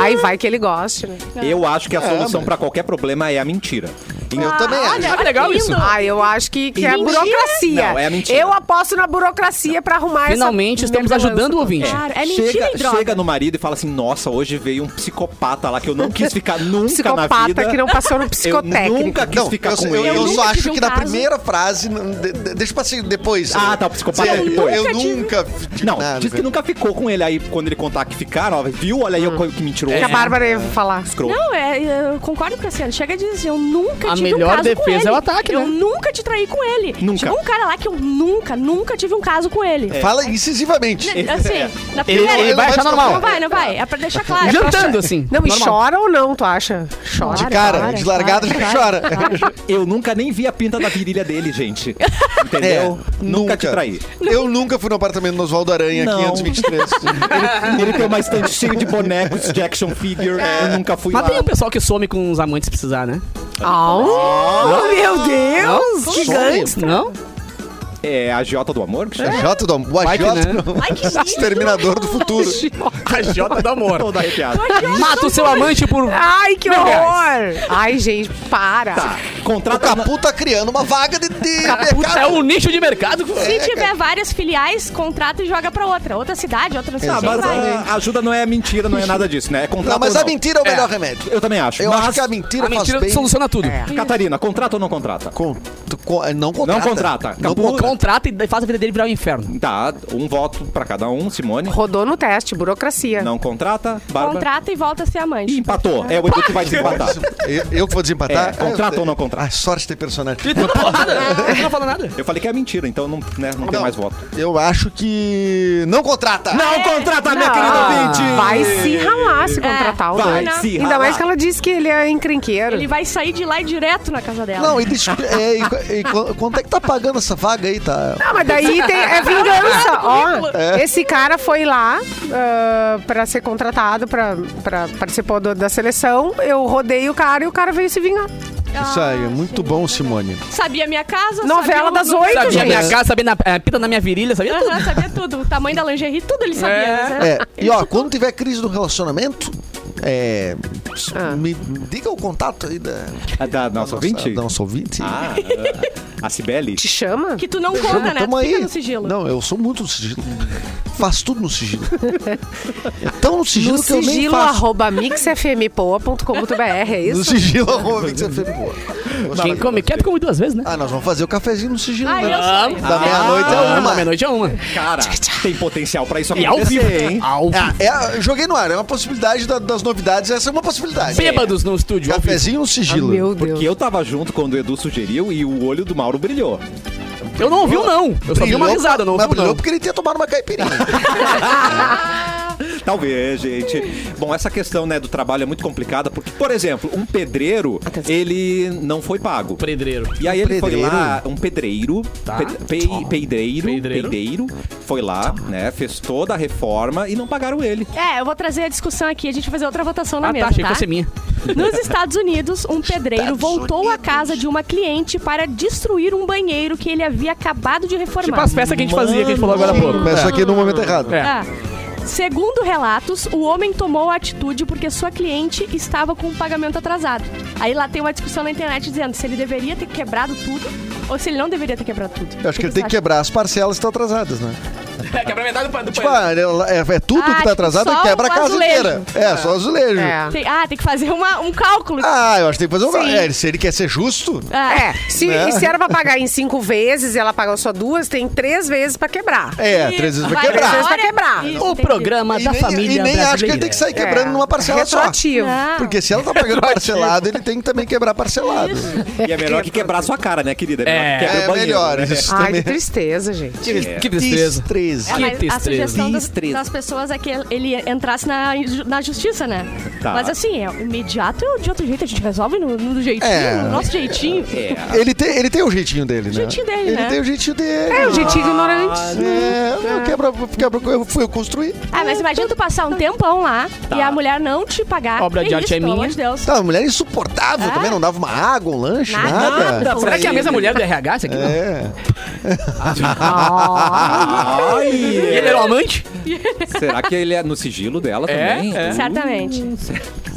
Aí vai que ele goste, né?
Eu acho que a solução pra quolher qualquer problema é a mentira.
eu também acho.
Olha,
Ah, que
olha
legal
que
isso.
lindo.
Ah, eu acho que, que é a
Mentira.
burocracia.
Não, é a mentira.
Eu aposto na burocracia pra arrumar essa
Finalmente estamos
merda
ajudando o ouvinte.
Claro, é mentira
chega,
e droga.
chega no marido e fala assim: Nossa, hoje veio um psicopata lá que eu não quis ficar nunca na vida.
Psicopata que não passou no
um eu
psicotécnico.
nunca quis
Não,
ficar
eu,
com
eu-
ele.
eu só
nunca
acho
tive
que
um
na
caso.
primeira frase. não, de- de- deixa pra assim, depois.
Ah,
eh,
tá, o psicopata
dizer,
depois.
Eu
Nunca tive-
nunca.
Não,
nada,
diz que
velho.
nunca ficou com ele. Aí quando ele contar que ficaram, ó, viu? Olha aí o que mentiroso.
Que a Bárbara ia falar.
Escroto.
Não, é, eu concordo com a Cassiano. Chega de dizer, eu nunca
A
tive um
melhor
caso com
defesa
ele.
é o ataque,
Eu
né?
nunca te traí com ele.
Nunca.
Chegou um cara lá que eu nunca, nunca tive um caso com ele.
é.
Fala incisivamente.
Assim, na
Ele,
primeira...
ele vai achar
Não
normal.
vai, não vai. É pra deixar claro.
Jantando, assim.
Não, e
normal.
chora ou não, tu acha? Chora.
De cara,
Para,
de largada
para,
já
para,
chora.
Eu nunca nem vi a pinta da virilha dele, gente. Entendeu? nunca, te traí.
É, Eu nunca fui no apartamento do Oswaldo Aranha,
Não.
523.
Ele tem uma estante cheia de bonecos de action figure. Eu nunca fui
Mas
lá.
tem um- o pessoal que some com os amantes se precisar, né?
Oh, meu Deus!
Não?
Que
Some?
gangue!
Não?
É a Jota do Amor que chama?
Jota do Amor. É O
Vai que,
Jota
né?
do
Ai, que lindo.
Exterminador do Futuro.
A Jota do amor.
Todo arrepiado.
Mata o seu amante por...
Ai, que horror! Ai, gente, para!
Tá.
O
Contrata
Capu tá criando uma vaga de, de
Puta, é
mercado.
um nicho de mercado.
Se tiver várias filiais, contrata e joga pra outra. Outra cidade, outra... não sei
Ah,
onde
mas
vai.
a ajuda não é mentira, não é nada disso, né? É contrato
Não, mas
ou
a mentira é o melhor remédio.
Eu também acho.
Eu
mas,
acho que a mentira,
A mentira
faz bem.
soluciona tudo.
Catarina, contrata ou não contrata?
Con- tu- con- não contrata.
Não contrata.
Não
Capu,
contrata.
contrata e daí faz a vida dele virar um inferno.
Tá, um voto pra cada um, Simone.
Rodou no teste, burocracia.
Não contrata, Bárbara.
Contrata e volta a ser amante.
E empatou. É o Edu que vai desempatar.
Eu, eu que vou desempatar?
É, contrata ou não contrata?
Ah, sorte de ter personagem.
E tu não fala nada, tu não fala nada.
Eu falei que é mentira, então não, né, não tem mais voto.
Eu acho que não contrata.
Não contrata, minha
Não.
querida ouvinte!
Ah, Vai se ralar se contratar o
Vai
doido.
se
Ainda
ralar.
mais que ela disse que ele é encrenqueiro.
Ele vai sair de lá e direto na casa dela.
Não, e deixa. É, e- e qu- quanto é que tá pagando essa vaga aí, tá?
Não, mas daí tem, é vingança. Ó,
É.
esse cara foi lá ah, pra ser contratado, pra, pra participar do- da seleção. Eu rodei o cara e o cara veio se vingar.
Isso aí,
Ah,
é muito bom, Simone.
Sabia minha casa,
Novela
sabia o-
das oito,
Sabia
gente.
minha casa, sabia na, eh, pita na minha virilha, sabia tudo.
Aham, sabia tudo. O tamanho da lingerie, tudo ele sabia.
É.
né?
É, e ó, quando tiver crise no relacionamento, é.
Ah.
Me diga o contato aí da.
Ah, Da
da
nossa ouvinte?
Da nossa ouvinte.
Ah, a Cibele.
Te chama?
Que tu não conta, né?
Tamo
Tu
aí.
fica no sigilo.
Não, eu sou muito no sigilo. faço tudo no sigilo. É tão no sigilo
no
que eu nem
sigilo
faço.
arroba mixfmpoa.com.br, é
No
isso?
sigilo arroba que você fez, pô.
Quem come, quer come duas vezes, né?
Ah, nós vamos fazer o cafezinho no sigilo,
Ai,
né?
Ah, eu sei.
Ah,
Da meia-noite é
Da
uma.
meia-noite é uma.
Cara, tem potencial pra isso
E é ao
acontecer,
vivo.
hein?
Ao vivo.
É, é, joguei no ar, é uma possibilidade da- das novidades, essa é uma possibilidade.
Bêbados no estúdio. ao vivo.
Cafezinho no
Ah,
sigilo.
Ah, Meu Deus.
Porque eu tava junto quando o Edu sugeriu e o olho do Mauro brilhou.
Eu não ouvi um não. Eu só vi uma risada, eu não
mas
ouvi um
brilhou
não.
porque ele tinha tomado uma caipirinha.
Talvez, gente. Bom, essa questão né, do trabalho é muito complicada, porque, por exemplo, um pedreiro, ele não foi pago.
Pedreiro.
E aí ele foi
pedreiro?
lá, um pedreiro,
Tá.
ped- pei- peideiro,
Pedreiro.
peideiro, foi lá, né, fez toda a reforma e não pagaram ele.
É, eu vou trazer a discussão aqui, a gente vai fazer outra votação na
Ah, tá,
mesa,
achei que
tá?
fosse minha.
Nos Estados Unidos, um pedreiro voltou à casa de uma cliente para destruir um banheiro que ele havia acabado de reformar.
Tipo as festas que a gente fazia, que a gente falou agora há pouco.
Mas só que no momento errado.
É.
Ah. Segundo relatos, o homem tomou a atitude porque sua cliente estava com o pagamento atrasado. Aí lá tem uma discussão na internet dizendo se ele deveria ter quebrado tudo ou se ele não deveria ter quebrado tudo.
Eu acho que
O
ele tem que
você acha?
quebrar as parcelas que estão atrasadas, né?
É, quebra metade do
Tipo, ah, é, é tudo
Ah,
que
tipo,
tá atrasado,
só
quebra a
o
casa
azulejo.
inteira. É, só azulejo.
É.
Tem- ah, tem que fazer uma- um cálculo.
Ah, eu acho que tem que fazer um.
Sim.
É, se ele quer ser justo,
Ah,
É, se,
Né?
e se era pra pagar em cinco vezes e ela pagou só duas, tem três vezes pra quebrar.
é, três vezes vai
Vai
quebrar.
na
Três vezes vai
hora.
quebrar.
Isso,
O
entendi.
programa
E
Ah, da
nem,
família
e nem
brasileira.
acho que ele tem que sair quebrando
É.
numa parcela só.
é
Retroativo.
Não.
Porque se ela tá pagando parcelado, ele tem que também quebrar parcelado.
E é melhor que quebrar sua cara, né, querida? melhor que
É.
quebre o
É
banheiro,
melhor
né?
isso
Ai, que
também. é.
tristeza, gente.
É.
Que tristeza.
Tristeza.
É,
Que
mas a
tristeza.
sugestão das,
Tristeza.
das pessoas é que ele entrasse na, ju- na justiça, né?
Tá.
Mas assim, é, o imediato é de outro jeito, a gente resolve no, no jeitinho,
É.
no nosso jeitinho.
É.
Ele tem, ele tem o jeitinho dele, né?
jeitinho dele,
ele
né?
tem o jeitinho dele.
É, o jeitinho
Ah,
ignorante.
É, eu quebra, quebra, eu fui eu construir.
Ah, mas imagina tu passar um tempão lá e a mulher não te pagar.
Tá. Obra de
Que
arte
isso,
é
pelo
minha.
amor de Deus.
Tá, uma mulher
Ah.
insuportável também, não dava uma água, um lanche,
Nada.
nada.
Nada.
Será que é a mesma mulher do RH isso aqui? não?
É.
Ai,
E ele era o amante?
Será que ele é no sigilo dela
É,
também?
é.
Certamente.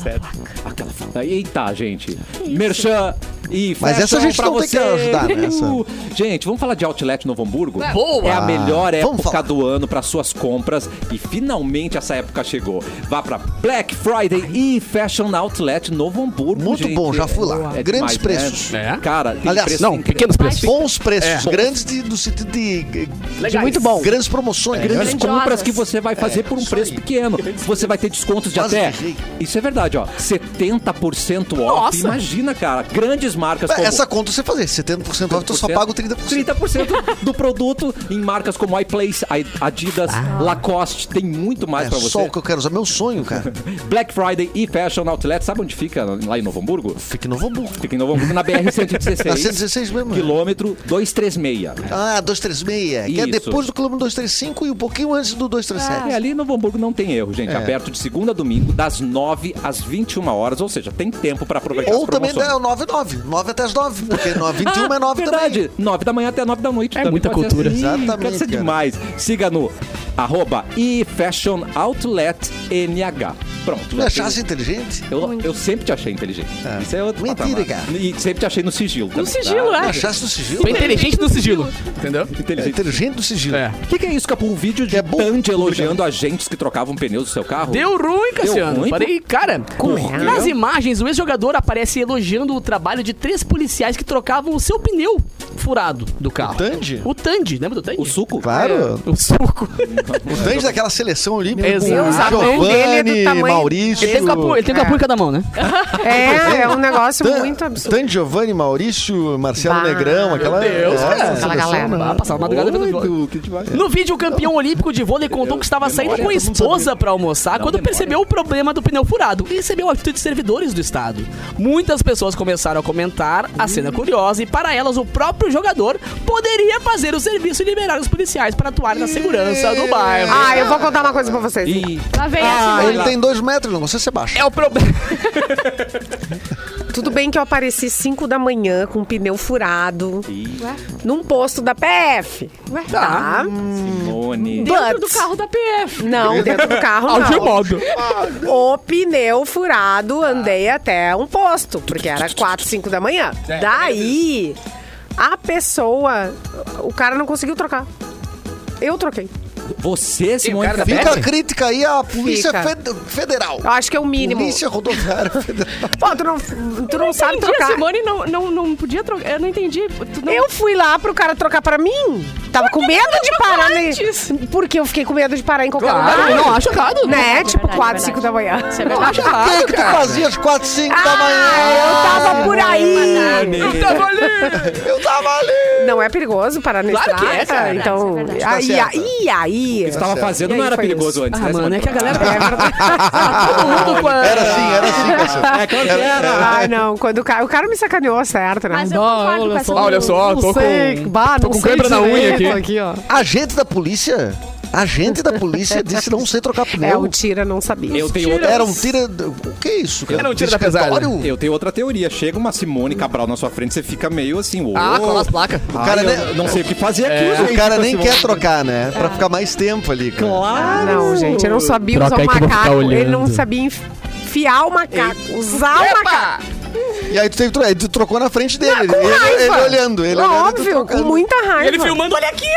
Certo. Aquela foto. Eita, gente. Merchan e
Mas
fashion
essa a gente
pra
não tem
você.
que ajudar nessa.
Uh, Gente, vamos falar de Outlet Novo Hamburgo?
Boa!
É a melhor
Vamos
época
falar.
do ano para suas compras e finalmente essa época chegou. Vá para Black Friday e Fashion Outlet Novo Hamburgo,
Muito
gente.
bom, já fui lá.
É demais,
Grandes preços.
né?
É?
Cara, tem
Aliás,
preço
Não,
incrível.
pequenos preços.
Bons preços,
É.
grandes de, no sentido de, de É.
Legais. Muito bom.
Grandes promoções.
Grandes
Grandes
Grandiosas.
compras que você vai
É,
fazer por um preço pequeno. Você vai ter descontos de
Quase
até.
errei.
Isso é verdade, ó. 70% off.
Nossa!
Imagina, cara. Grandes marcas como.
Essa conta você fazer, 70% off, eu só pago 30%.
30% do produto em marcas como iPlace, I- Adidas, Lacoste, tem muito mais
Ah. É
pra você.
só o que eu quero usar, meu sonho, cara.
Black Friday e Fashion Outlet, sabe onde fica? Lá em Novo Hamburgo?
Fique no Hamburgo.
Fica em Novo Hamburgo, na
Na
BR-116,
116 mesmo. né?
quilômetro 236.
Ah, 236. Que é
Isso.
depois do quilômetro 235 e um pouquinho antes do
É,
237.
ali em Novo Hamburgo não tem erro, gente.
É.
Aberto de segunda a domingo, das 9 às 21 horas, ou seja, tem tempo pra aproveitar
Ou
as
também né,
promoções.
dá 99. 9 até as 9. Porque 9, 21 é 9
Ah, Verdade,
também.
9 da manhã até 9 da noite.
É
também
muita
pode ser
cultura.
Assim.
Exatamente,
Pode ser
cara.
demais. Siga no Arroba eFashionOutletNH. Pronto.
Tu
já tem-
achasse inteligente?
Eu, eu sempre te achei inteligente.
Ah.
Isso é outro
Mentira,
patamar.
cara.
E sempre te achei no sigilo. tá?
No sigilo,
Tu
é.
achasse no sigilo?
Foi inteligente no sigilo. Entendeu?
É
Inteligente.
inteligente no sigilo.
É.
O que, que é isso, Capu? Um vídeo de
É bom.
Tandy elogiando agentes que trocavam pneus do seu carro?
Deu ruim, Cassiano.
ruim,
Parei, cara. Nas imagens, o ex-jogador aparece elogiando o trabalho de três policiais que trocavam o seu pneu furado do carro.
Tandy?
O Tandy, lembra do Tandy?
O suco?
Claro.
O suco.
O Tandy daquela seleção olímpica.
Meu
com
Deus, a
mão dele é do
Giovanni,
tamanho-
Maurício.
Ele tem um capu, ele tem um
É.
capu em cada mão, né?
Ah,
É, é um negócio
Tan-
muito absurdo.
Tandy, Giovanni, Maurício, Marcelo
Bah,
Negrão, aquela.
meu Deus,
Nossa,
É cara.
Aquela galera.
né?
Ah, passava a madrugada vendo
Doido,
jogo.
que demais.
No vídeo, o campeão olímpico de vôlei contou que estava saindo com a esposa para almoçar quando percebeu o problema do pneu furado e recebeu a atitude de servidores do estado. Muitas pessoas começaram a comentar a cena curiosa e, para elas, o próprio jogador poderia fazer o serviço e liberar os policiais para atuar na segurança do bairro.
Ah, eu vou contar uma coisa pra vocês.
E
Lá
É
vem
Ah,
a Simone.
Ele tem dois metros, não consegue ser baixo.
É o problema.
Tudo bem que eu apareci 5 da manhã com um pneu furado num posto da PF.
Ué,
Tá?
Simone.
Dentro
But-
do carro da PF.
Não, dentro do carro não.
Algemado.
O pneu furado, andei até um posto, porque era 4, 5 da manhã.
É,
Daí, a pessoa, o cara não conseguiu trocar. Eu troquei.
Você, Simone.
cara da
Fe-
Pe-
Fica a crítica aí à Polícia
Fica.
Fed- Federal.
Eu acho que é o mínimo.
Polícia Rodoviária Federal.
Pô, tu não, tu não sabe
Entendi, a
trocar.
Simone não, não, não podia trocar. Eu não entendi. Tu não-
Eu fui lá pro cara trocar pra mim. Tava com medo de parar
antes?
ne... Porque eu fiquei com medo de parar em qualquer
Claro,
lugar.
eu não acho errado.
Né? tipo,
é verdade,
4,
verdade.
5 da manhã.
Isso é
Não acho
verdade.
O que, é que tu
errado,
fazia às 4, 5 da
Ah, eu
manhã?
tava por aí.
Eu tava ali.
Eu tava ali.
Não é perigoso parar na
Claro que é,
estrada?
cara.
Então,
Isso é verdade.
Tá
aí,
certa.
aí, aí.
Você tá estava
Tá certo.
fazendo,
E
não
aí
era
foi
perigoso
isso.
antes,
Ah,
né?
mano,
Simone?
é que a galera...
É verdade.
Todo mundo com a-
Era assim, era assim, Cassiano.
É claro que era.
Ah, não. Quando o cara, o cara me sacaneou, certo, né?
Mas eu concordo com essa
olha só.
não
tô
sei.
com-
bah,
tô
não
com
sei
câimbra na
direito
unha aqui.
ó.
Agente da polícia? Agente da polícia disse não sei trocar
É, o
pneu.
tira não sabia.
Eu tenho outra.
Era um tira. O que é isso, cara?
Era um tira da
Escritório?
pesada.
Eu tenho outra teoria. Chega uma Simone Cabral na sua frente, você fica meio assim. ô,
Ah, cola as placas.
ai,
cara
eu
nem-
não sei o que fazer aqui.
É.
gente,
O cara
com a
nem
Simone.
quer trocar, né?
É.
Pra ficar mais tempo ali. Cara.
Claro.
Ah, Não, gente, eu não sabia
Troca
usar
aí
o
que eu vou ficar
macaco. Ele não
olhando.
sabia enfiar o macaco. Usar o macaco.
E aí tu, teve, tro- aí tu trocou na frente dele.
Com
ele,
raiva.
ele olhando. Ele olhando, e tu
Óbvio,
trocando.
com muita raiva.
Ele filmando, olha aqui.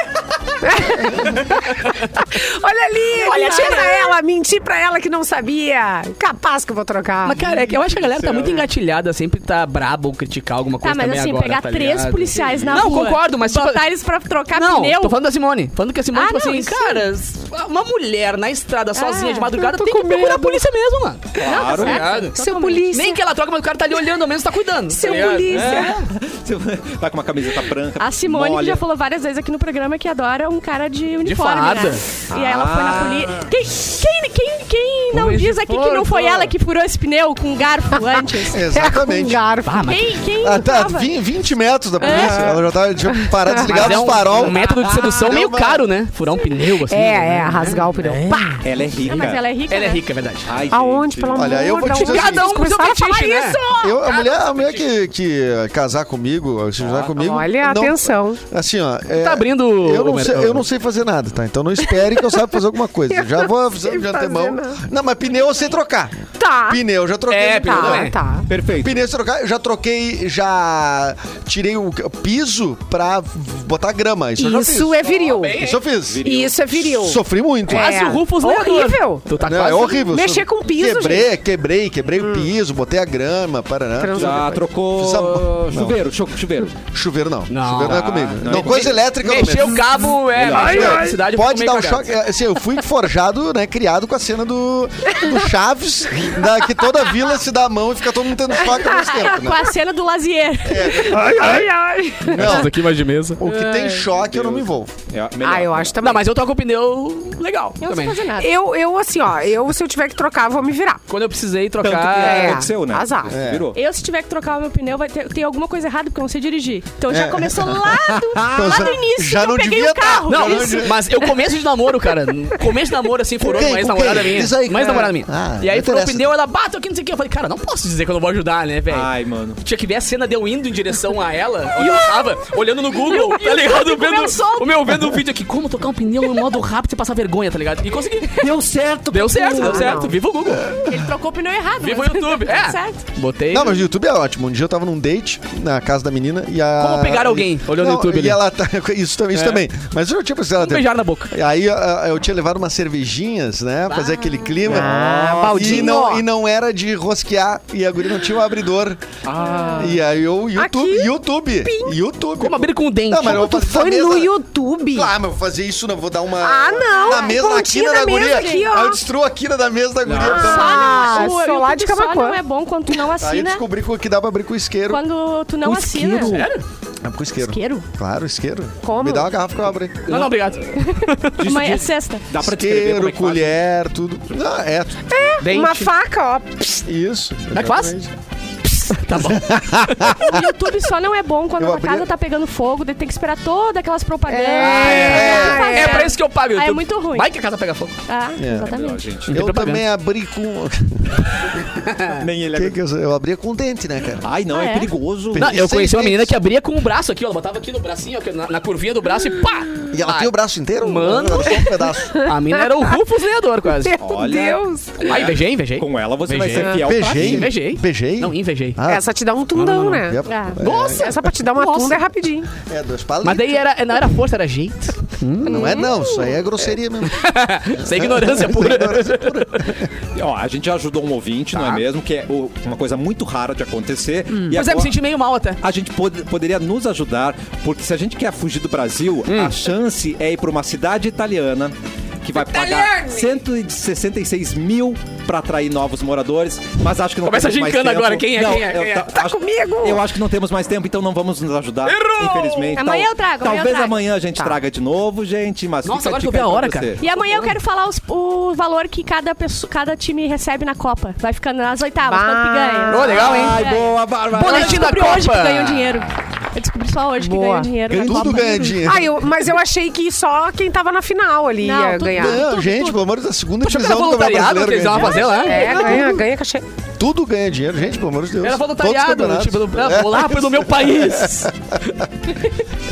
Olha ali,
Olha
menti
ali.
pra ela, menti pra ela que não sabia. Capaz que eu vou trocar.
Mas, cara, é que eu acho que a galera tá muito engatilhada, sempre tá braba ou criticar alguma
Tá,
coisa
mas
também
assim,
agora,
pegar
tá
três
ligado?
policiais na
Não,
rua.
concordo, mas tipo-
Botar eles pra trocar
Não,
pneu.
tô falando da Simone. Falando que a Simone,
Ah,
tipo
não,
assim,
isso Ah,
cara, uma mulher na estrada sozinha de madrugada
eu tô
tem que
com
procurar a
medo.
polícia mesmo, mano.
Claro.
Tá ligado?
Seu polícia.
é-
Nem que ela troca, mas o cara tá ali olhando, ao menos tá cuidando. tá
um
Seu
ligado?
polícia.
Você Tá com uma camiseta branca.
A Simone, que
molha.
já falou várias vezes aqui no programa que adora um cara de uniforme,
farda.
né? E aí ela foi na polícia. Quem, quem, quem, quem não
Homem de
diz aqui que não
força.
foi ela que furou esse pneu com um garfo antes?
É Com
É,
um
Exatamente.
garfo.
Ah, mas,
Quem, quem
Ah, tá,
prova?
20, 20 metros da polícia. Ela já tava tinha que parar, desligar
É. mas é
os
um,
farol. Ah,
um método de sedução
deu
meio
uma-
caro, né? Furar um pneu, assim.
É,
né?
é, rasgar o pneu. Pá!
Ela é rica.
Ah, Mas ela é rica,
Ela é
né?
rica, é verdade.
Ah,
Ai,
Aonde,
gente.
pelo amor
Olha, eu vou te
da
dizer o
onde?
seguinte,
Eles começaram a falar
né?
isso!
Eu, a mulher, a mulher que, que casar comigo, se juntar comigo.
Olha,
não-
atenção.
Assim, ó. é-
Tá abrindo,
Eu não,
Romero.
sei, eu não sei fazer nada, tá? Então não espere que eu saiba fazer alguma coisa.
Eu
já vou
não
avisando
sei
de antemão.
fazer nada.
Não, mas pneu eu sei trocar.
Tá.
Pneu, eu já troquei.
É,
pneu.
pneu,
Tá,
né?
tá.
Perfeito.
Pneu se trocar, eu já troquei, já tirei o piso pra botar grama. Isso,
Isso
eu já
é viril.
fiz. Isso eu fiz.
Isso é viril.
Sofri muito.
É.
Quase o Rufus Leandro.
Horrível.
Tu tá
Não,
quase. Hum.
é horrível.
Mexer
Isso-
com piso,
Quebrei, quebrei, quebrei o piso, botei a grama, paraná.
Trans-
Ah,
Já trocou
Fiz a-
chuveiro, chu- chuveiro.
Chuveiro não.
Não.
Chuveiro não é
Ah,
comigo.
não
Não,
é
coisa elétrica eu não
Mexer
mexo.
o cabo é.
Ai,
mexer
Meu,
a eletricidade, eu fico
pode
meio
dar um
cagado.
choque. É, Assim, eu fui forjado, né? Criado com a cena do, do Chaves, da, que toda a vila se dá a mão e fica todo mundo tendo choque ao mesmo tempo,
Com
né?
a cena do Lazier.
Ai, ai.
Não,
aqui mais de mesa.
o que tem choque eu não me envolvo.
É a melhor.
Ah, eu acho também.
Não, mas eu toco o pneu legal
Eu não
também.
sei fazer nada.
Eu, eu, assim, ó, eu, se eu tiver que trocar, vou me virar.
Quando eu precisei
Tanto que
é.
trocar...
aconteceu, né?
Azar.
É. Diego?
Eu, se tiver que trocar o meu pneu, vai ter, tem alguma coisa errada, porque eu não sei dirigir. Então já
É.
começou lá do, lá
já-
do início
já
que
não
eu peguei
devia
o carro.
tá.
Não,
Não,
isso-
não,
mas eu começo de namoro, cara. Começo de namoro, assim, furou
quem?
uma
Com
ex-namorada
quem?
minha.
Diz aí,
uma ex-namorada minha.
Ah,
e aí
não
furou o
interessa. Ah.
pneu, ela bateu aqui, não sei o que. Eu falei, cara, não posso dizer que eu não vou ajudar, né, velho?
Ai, mano.
Tinha que ver a cena de eu indo em direção a ela e eu tava olhando no Google, tá ligado? Vendo, o meu vendo um vídeo aqui, como tocar um pneu em modo rápido sem passar vergonha, tá ligado? E consegui.
Deu certo.
Deu certo, deu certo.
não.
Viva o Google.
Ele trocou o pneu errado.
Viva o
mas-
YouTube.
Tá
É.
certo.
Botei.
Não, mas o YouTube é ótimo. Um dia eu tava num date na casa da menina e a.
Como pegar alguém? Olhou no
Não,
YouTube
E
ali.
ela tá. Isso também, isso
É.
também. Mas eu tipo, tinha pensado.
Um beijar na boca.
Aí a- eu tinha levado umas cervejinhas, né? Fazer aquele clima.
Ah,
e,
baldinho.
não, e não era de rosquear. E a guria não tinha um abridor. E aí eu, YouTube,
Aqui?
YouTube. YouTube.
Como abrir com o dente.
Não, mas eu vou
Tu
fazer na
foi
mesa.
no YouTube?
Claro, mas eu vou fazer isso, não vou dar uma.
Ah, não.
Na mesa, na
Pontinha
quina da
na mesa
guria.
aqui, ó.
Aí eu destruo a quina da mesa da guria.
Ah,
O
sou
YouTube
lá de
só
Camacuã.
não é bom quando tu não
Aí eu
assina.
descobri que dá pra abrir com o isqueiro.
Quando tu não
um
O
assina.
isqueiro.
É com isqueiro.
Isqueiro?
Claro, isqueiro.
Como?
Me dá uma garrafa que eu abro. aí.
Não, não, obrigado.
Mas é sexta.
Dá pra descrever como é que
Isqueiro,
faz?
colher, tudo. Não, é,
Dente.
Uma faca, ó.
isso. Como
é que faz? Tá bom.
O YouTube só não é bom quando
Eu
a tua
abri-
casa tá pegando fogo, daí tem que esperar todas aquelas propagandas.
É,
Tá
É,
certo.
pra isso que eu pago o
Ah, é
YouTube.
muito ruim.
Vai que a casa pega fogo.
Ah,
É.
Ó,
exatamente.
gente.
Eu
propaganda.
também abri com.
Nem ele
que
é...
que eu, eu abria com o dente, né, cara?
Ai, não,
Ah,
é,
é?
perigoso.
Não, eu
Seis
conheci uma
dentes.
menina que abria com o braço aqui, ó. Ela botava aqui no bracinho, ó, na, na curvinha do braço e pá!
E ela
Ah,
tem o braço inteiro?
Mano.
Ela tem só um pedaço.
A menina era o Rufus Lenhador, quase.
Meu
Olha.
Deus.
Ah, invejei, invejei.
Com ela você vai
Beijei.
ser fiel. pra
Beijei.
sempre.
Invejei.
Beijei?
Não, invejei.
Ah,
Essa te dá um tundão, né?
é,
Ah.
Nossa!
Essa pra te dar uma
Nossa.
tunda é rapidinho.
é, dois palitos.
Mas daí era, não era força, era jeito.
Não é, não. Isso aí é grosseria mesmo.
Isso é ignorância pura.
Ó, a gente já ajudou um ouvinte, não é mesmo? Que é o- uma coisa muito rara de acontecer. E
Tá. Mas é, me
agora-
senti meio mal até.
a gente pod- poderia nos ajudar, porque se a gente quer fugir do Brasil,
Hum.
a chance é ir para uma cidade italiana que vai pagar 166 mil para atrair novos moradores, mas acho que não
Começa
temos mais
gincando
tempo.
agora, quem é,
Não,
quem é,
eu
quem é?
ta-
Tá
acho-
comigo?
Eu acho que não temos mais tempo, então não vamos nos ajudar, infelizmente.
Amanhã
Tal-
eu trago, amanhã eu
Talvez
trago.
amanhã a gente traga de novo, gente, mas
Tá. Nossa,
fica
agora que
dica
eu vi a
aí pra
hora,
você.
cara.
E amanhã eu quero falar os- o valor que cada, pessoa, cada time recebe na Copa. Vai ficando nas oitavas,
Bah.
quanto que ganha.
Ô, legal, hein?
Ai,
É.
boa, Bárbara.
Eu
Boletim da
descobri hoje
Copa.
que ganham dinheiro. Eu descobri só hoje que
Boa.
ganham dinheiro. na
Tudo
Copa.
ganha dinheiro.
Ah, eu, mas eu achei que só quem tava na final ali
Não,
ia
tudo bem.
ganhar.
Não,
tudo,
gente,
tudo.
pelo amor de Deus, a segunda
Tu achou que era
divisão do
voluntariado que
Campeonato Brasileiro
eles
ganha
iam
dinheiro.
fazer lá?
É, ganha, ganha cachê.
Tudo ganha dinheiro, gente, pelo amor de Deus.
Era
Todos É.
voluntariado,
os
tipo,
campeonatos.
eu vou lá pelo meu país.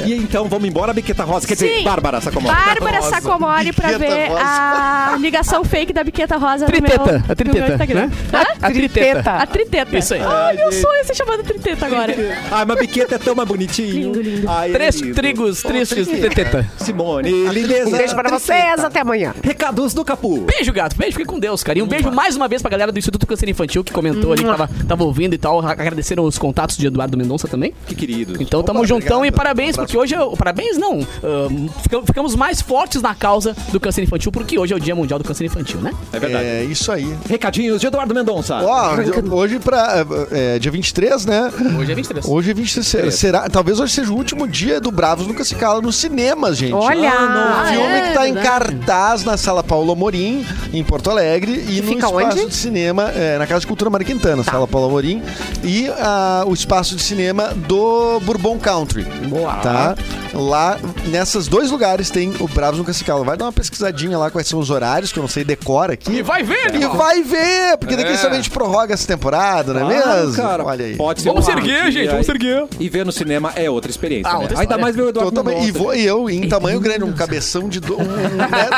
E então, vamos embora, Biqueta Rosa. Quer dizer,
Sim.
Bárbara é? Sacomori.
Bárbara Sacomori pra
Biqueta
ver
rosa.
a ligação fake da biqueta rosa no meu,
Triteta, a
no meu
triteta,
Instagram.
né?
Hã?
A triteta.
A triteta.
Isso aí.
Ai, meu sonho é ser chamado triteta agora.
Ai, mas Biqueta é tão mais bonitinho.
Lindo, lindo.
Ai, é
Três
lindo.
trigos, tristes, triteta.
Simone,
Um
lindeza.
beijo pra vocês, tá? até amanhã.
Recados do Capu.
Beijo, gato. Beijo, fiquem com Deus, cara. E um beijo mais uma vez pra galera do Instituto Câncer Infantil que comentou ali, que tava, tava ouvindo e tal. Agradeceram os contatos de Eduardo Mendonça também.
Que querido.
Então tamo
Opa,
juntão
obrigado. Um
e parabéns, porque hoje. é o- Parabéns não. ahn, fica- ficamos mais fortes na causa do câncer infantil, porque hoje é o Dia Mundial do Câncer Infantil, né?
É verdade.
É isso aí.
Recadinhos de Eduardo Mendonça.
Ó, hoje pra. É, dia 23, né?
Hoje é 23.
Hoje é 23. Será, será- talvez hoje seja o último dia do Bravos Nunca Se Cala nos cinemas, gente.
Olha!
Um filme que tá em cartaz na Sala Paulo Morim, em Porto Alegre, e, no
fica
espaço
onde?
de cinema, é, na Casa de Cultura Mariquintana, Sala Paulo Morim, e ah, o espaço de cinema do Bourbon Country. Boa. Tá? Lá, nesses dois lugares, tem o Bravos Nunca Se Cala. Vai dar uma pesquisadinha lá quais são os horários, que eu não sei, decora aqui.
E vai ver,
E
né?
vai ver, porque daqui a sabe a gente prorroga essa temporada, não é
Ah,
mesmo?
cara,
Olha aí.
Pode ser
Vamos
um
se erguer,
dia
gente, vamos se erguer.
E ver no cinema é outra experiência.
Ah,
né?
outra
Ainda
história.
mais ver o Eduardo
Totalmente.
Mendonça.
E, vou, e eu, em tamanho grande, um cabeção de. Do, um- um- né?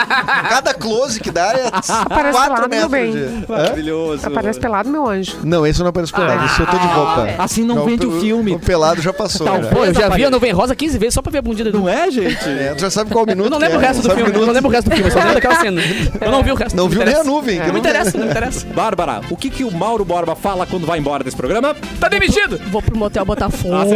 Cada close que dá é 4
pelado, meu
metros.
bem.
de- Hã?
Maravilhoso.
Aparece pelado, meu anjo.
Não, esse eu não apareço pelado, esse eu tô
Ah,
de roupa.
é.
Tá
Assim não vende
um
o filme.
O pelado já passou.
Tá,
né?
Pô, eu já vi a
Aparece.
nuvem rosa 15 vezes só pra ver a bundida do.
Não é, gente?
É, tu já sabe qual minuto.
Eu não
que
lembro o
é,
resto do
sabe
filme, eu
minuto.
não lembro o resto do filme, eu só lembro daquela cena. Eu não vi o resto
Não
me
viu nem
interessa. É.
a nuvem, que
Não me
não-
interessa, não me interessa.
Bárbara, o que, que o Mauro Borba fala quando vai embora desse programa?
Tá demitido!
Vou pro motel Botafogo.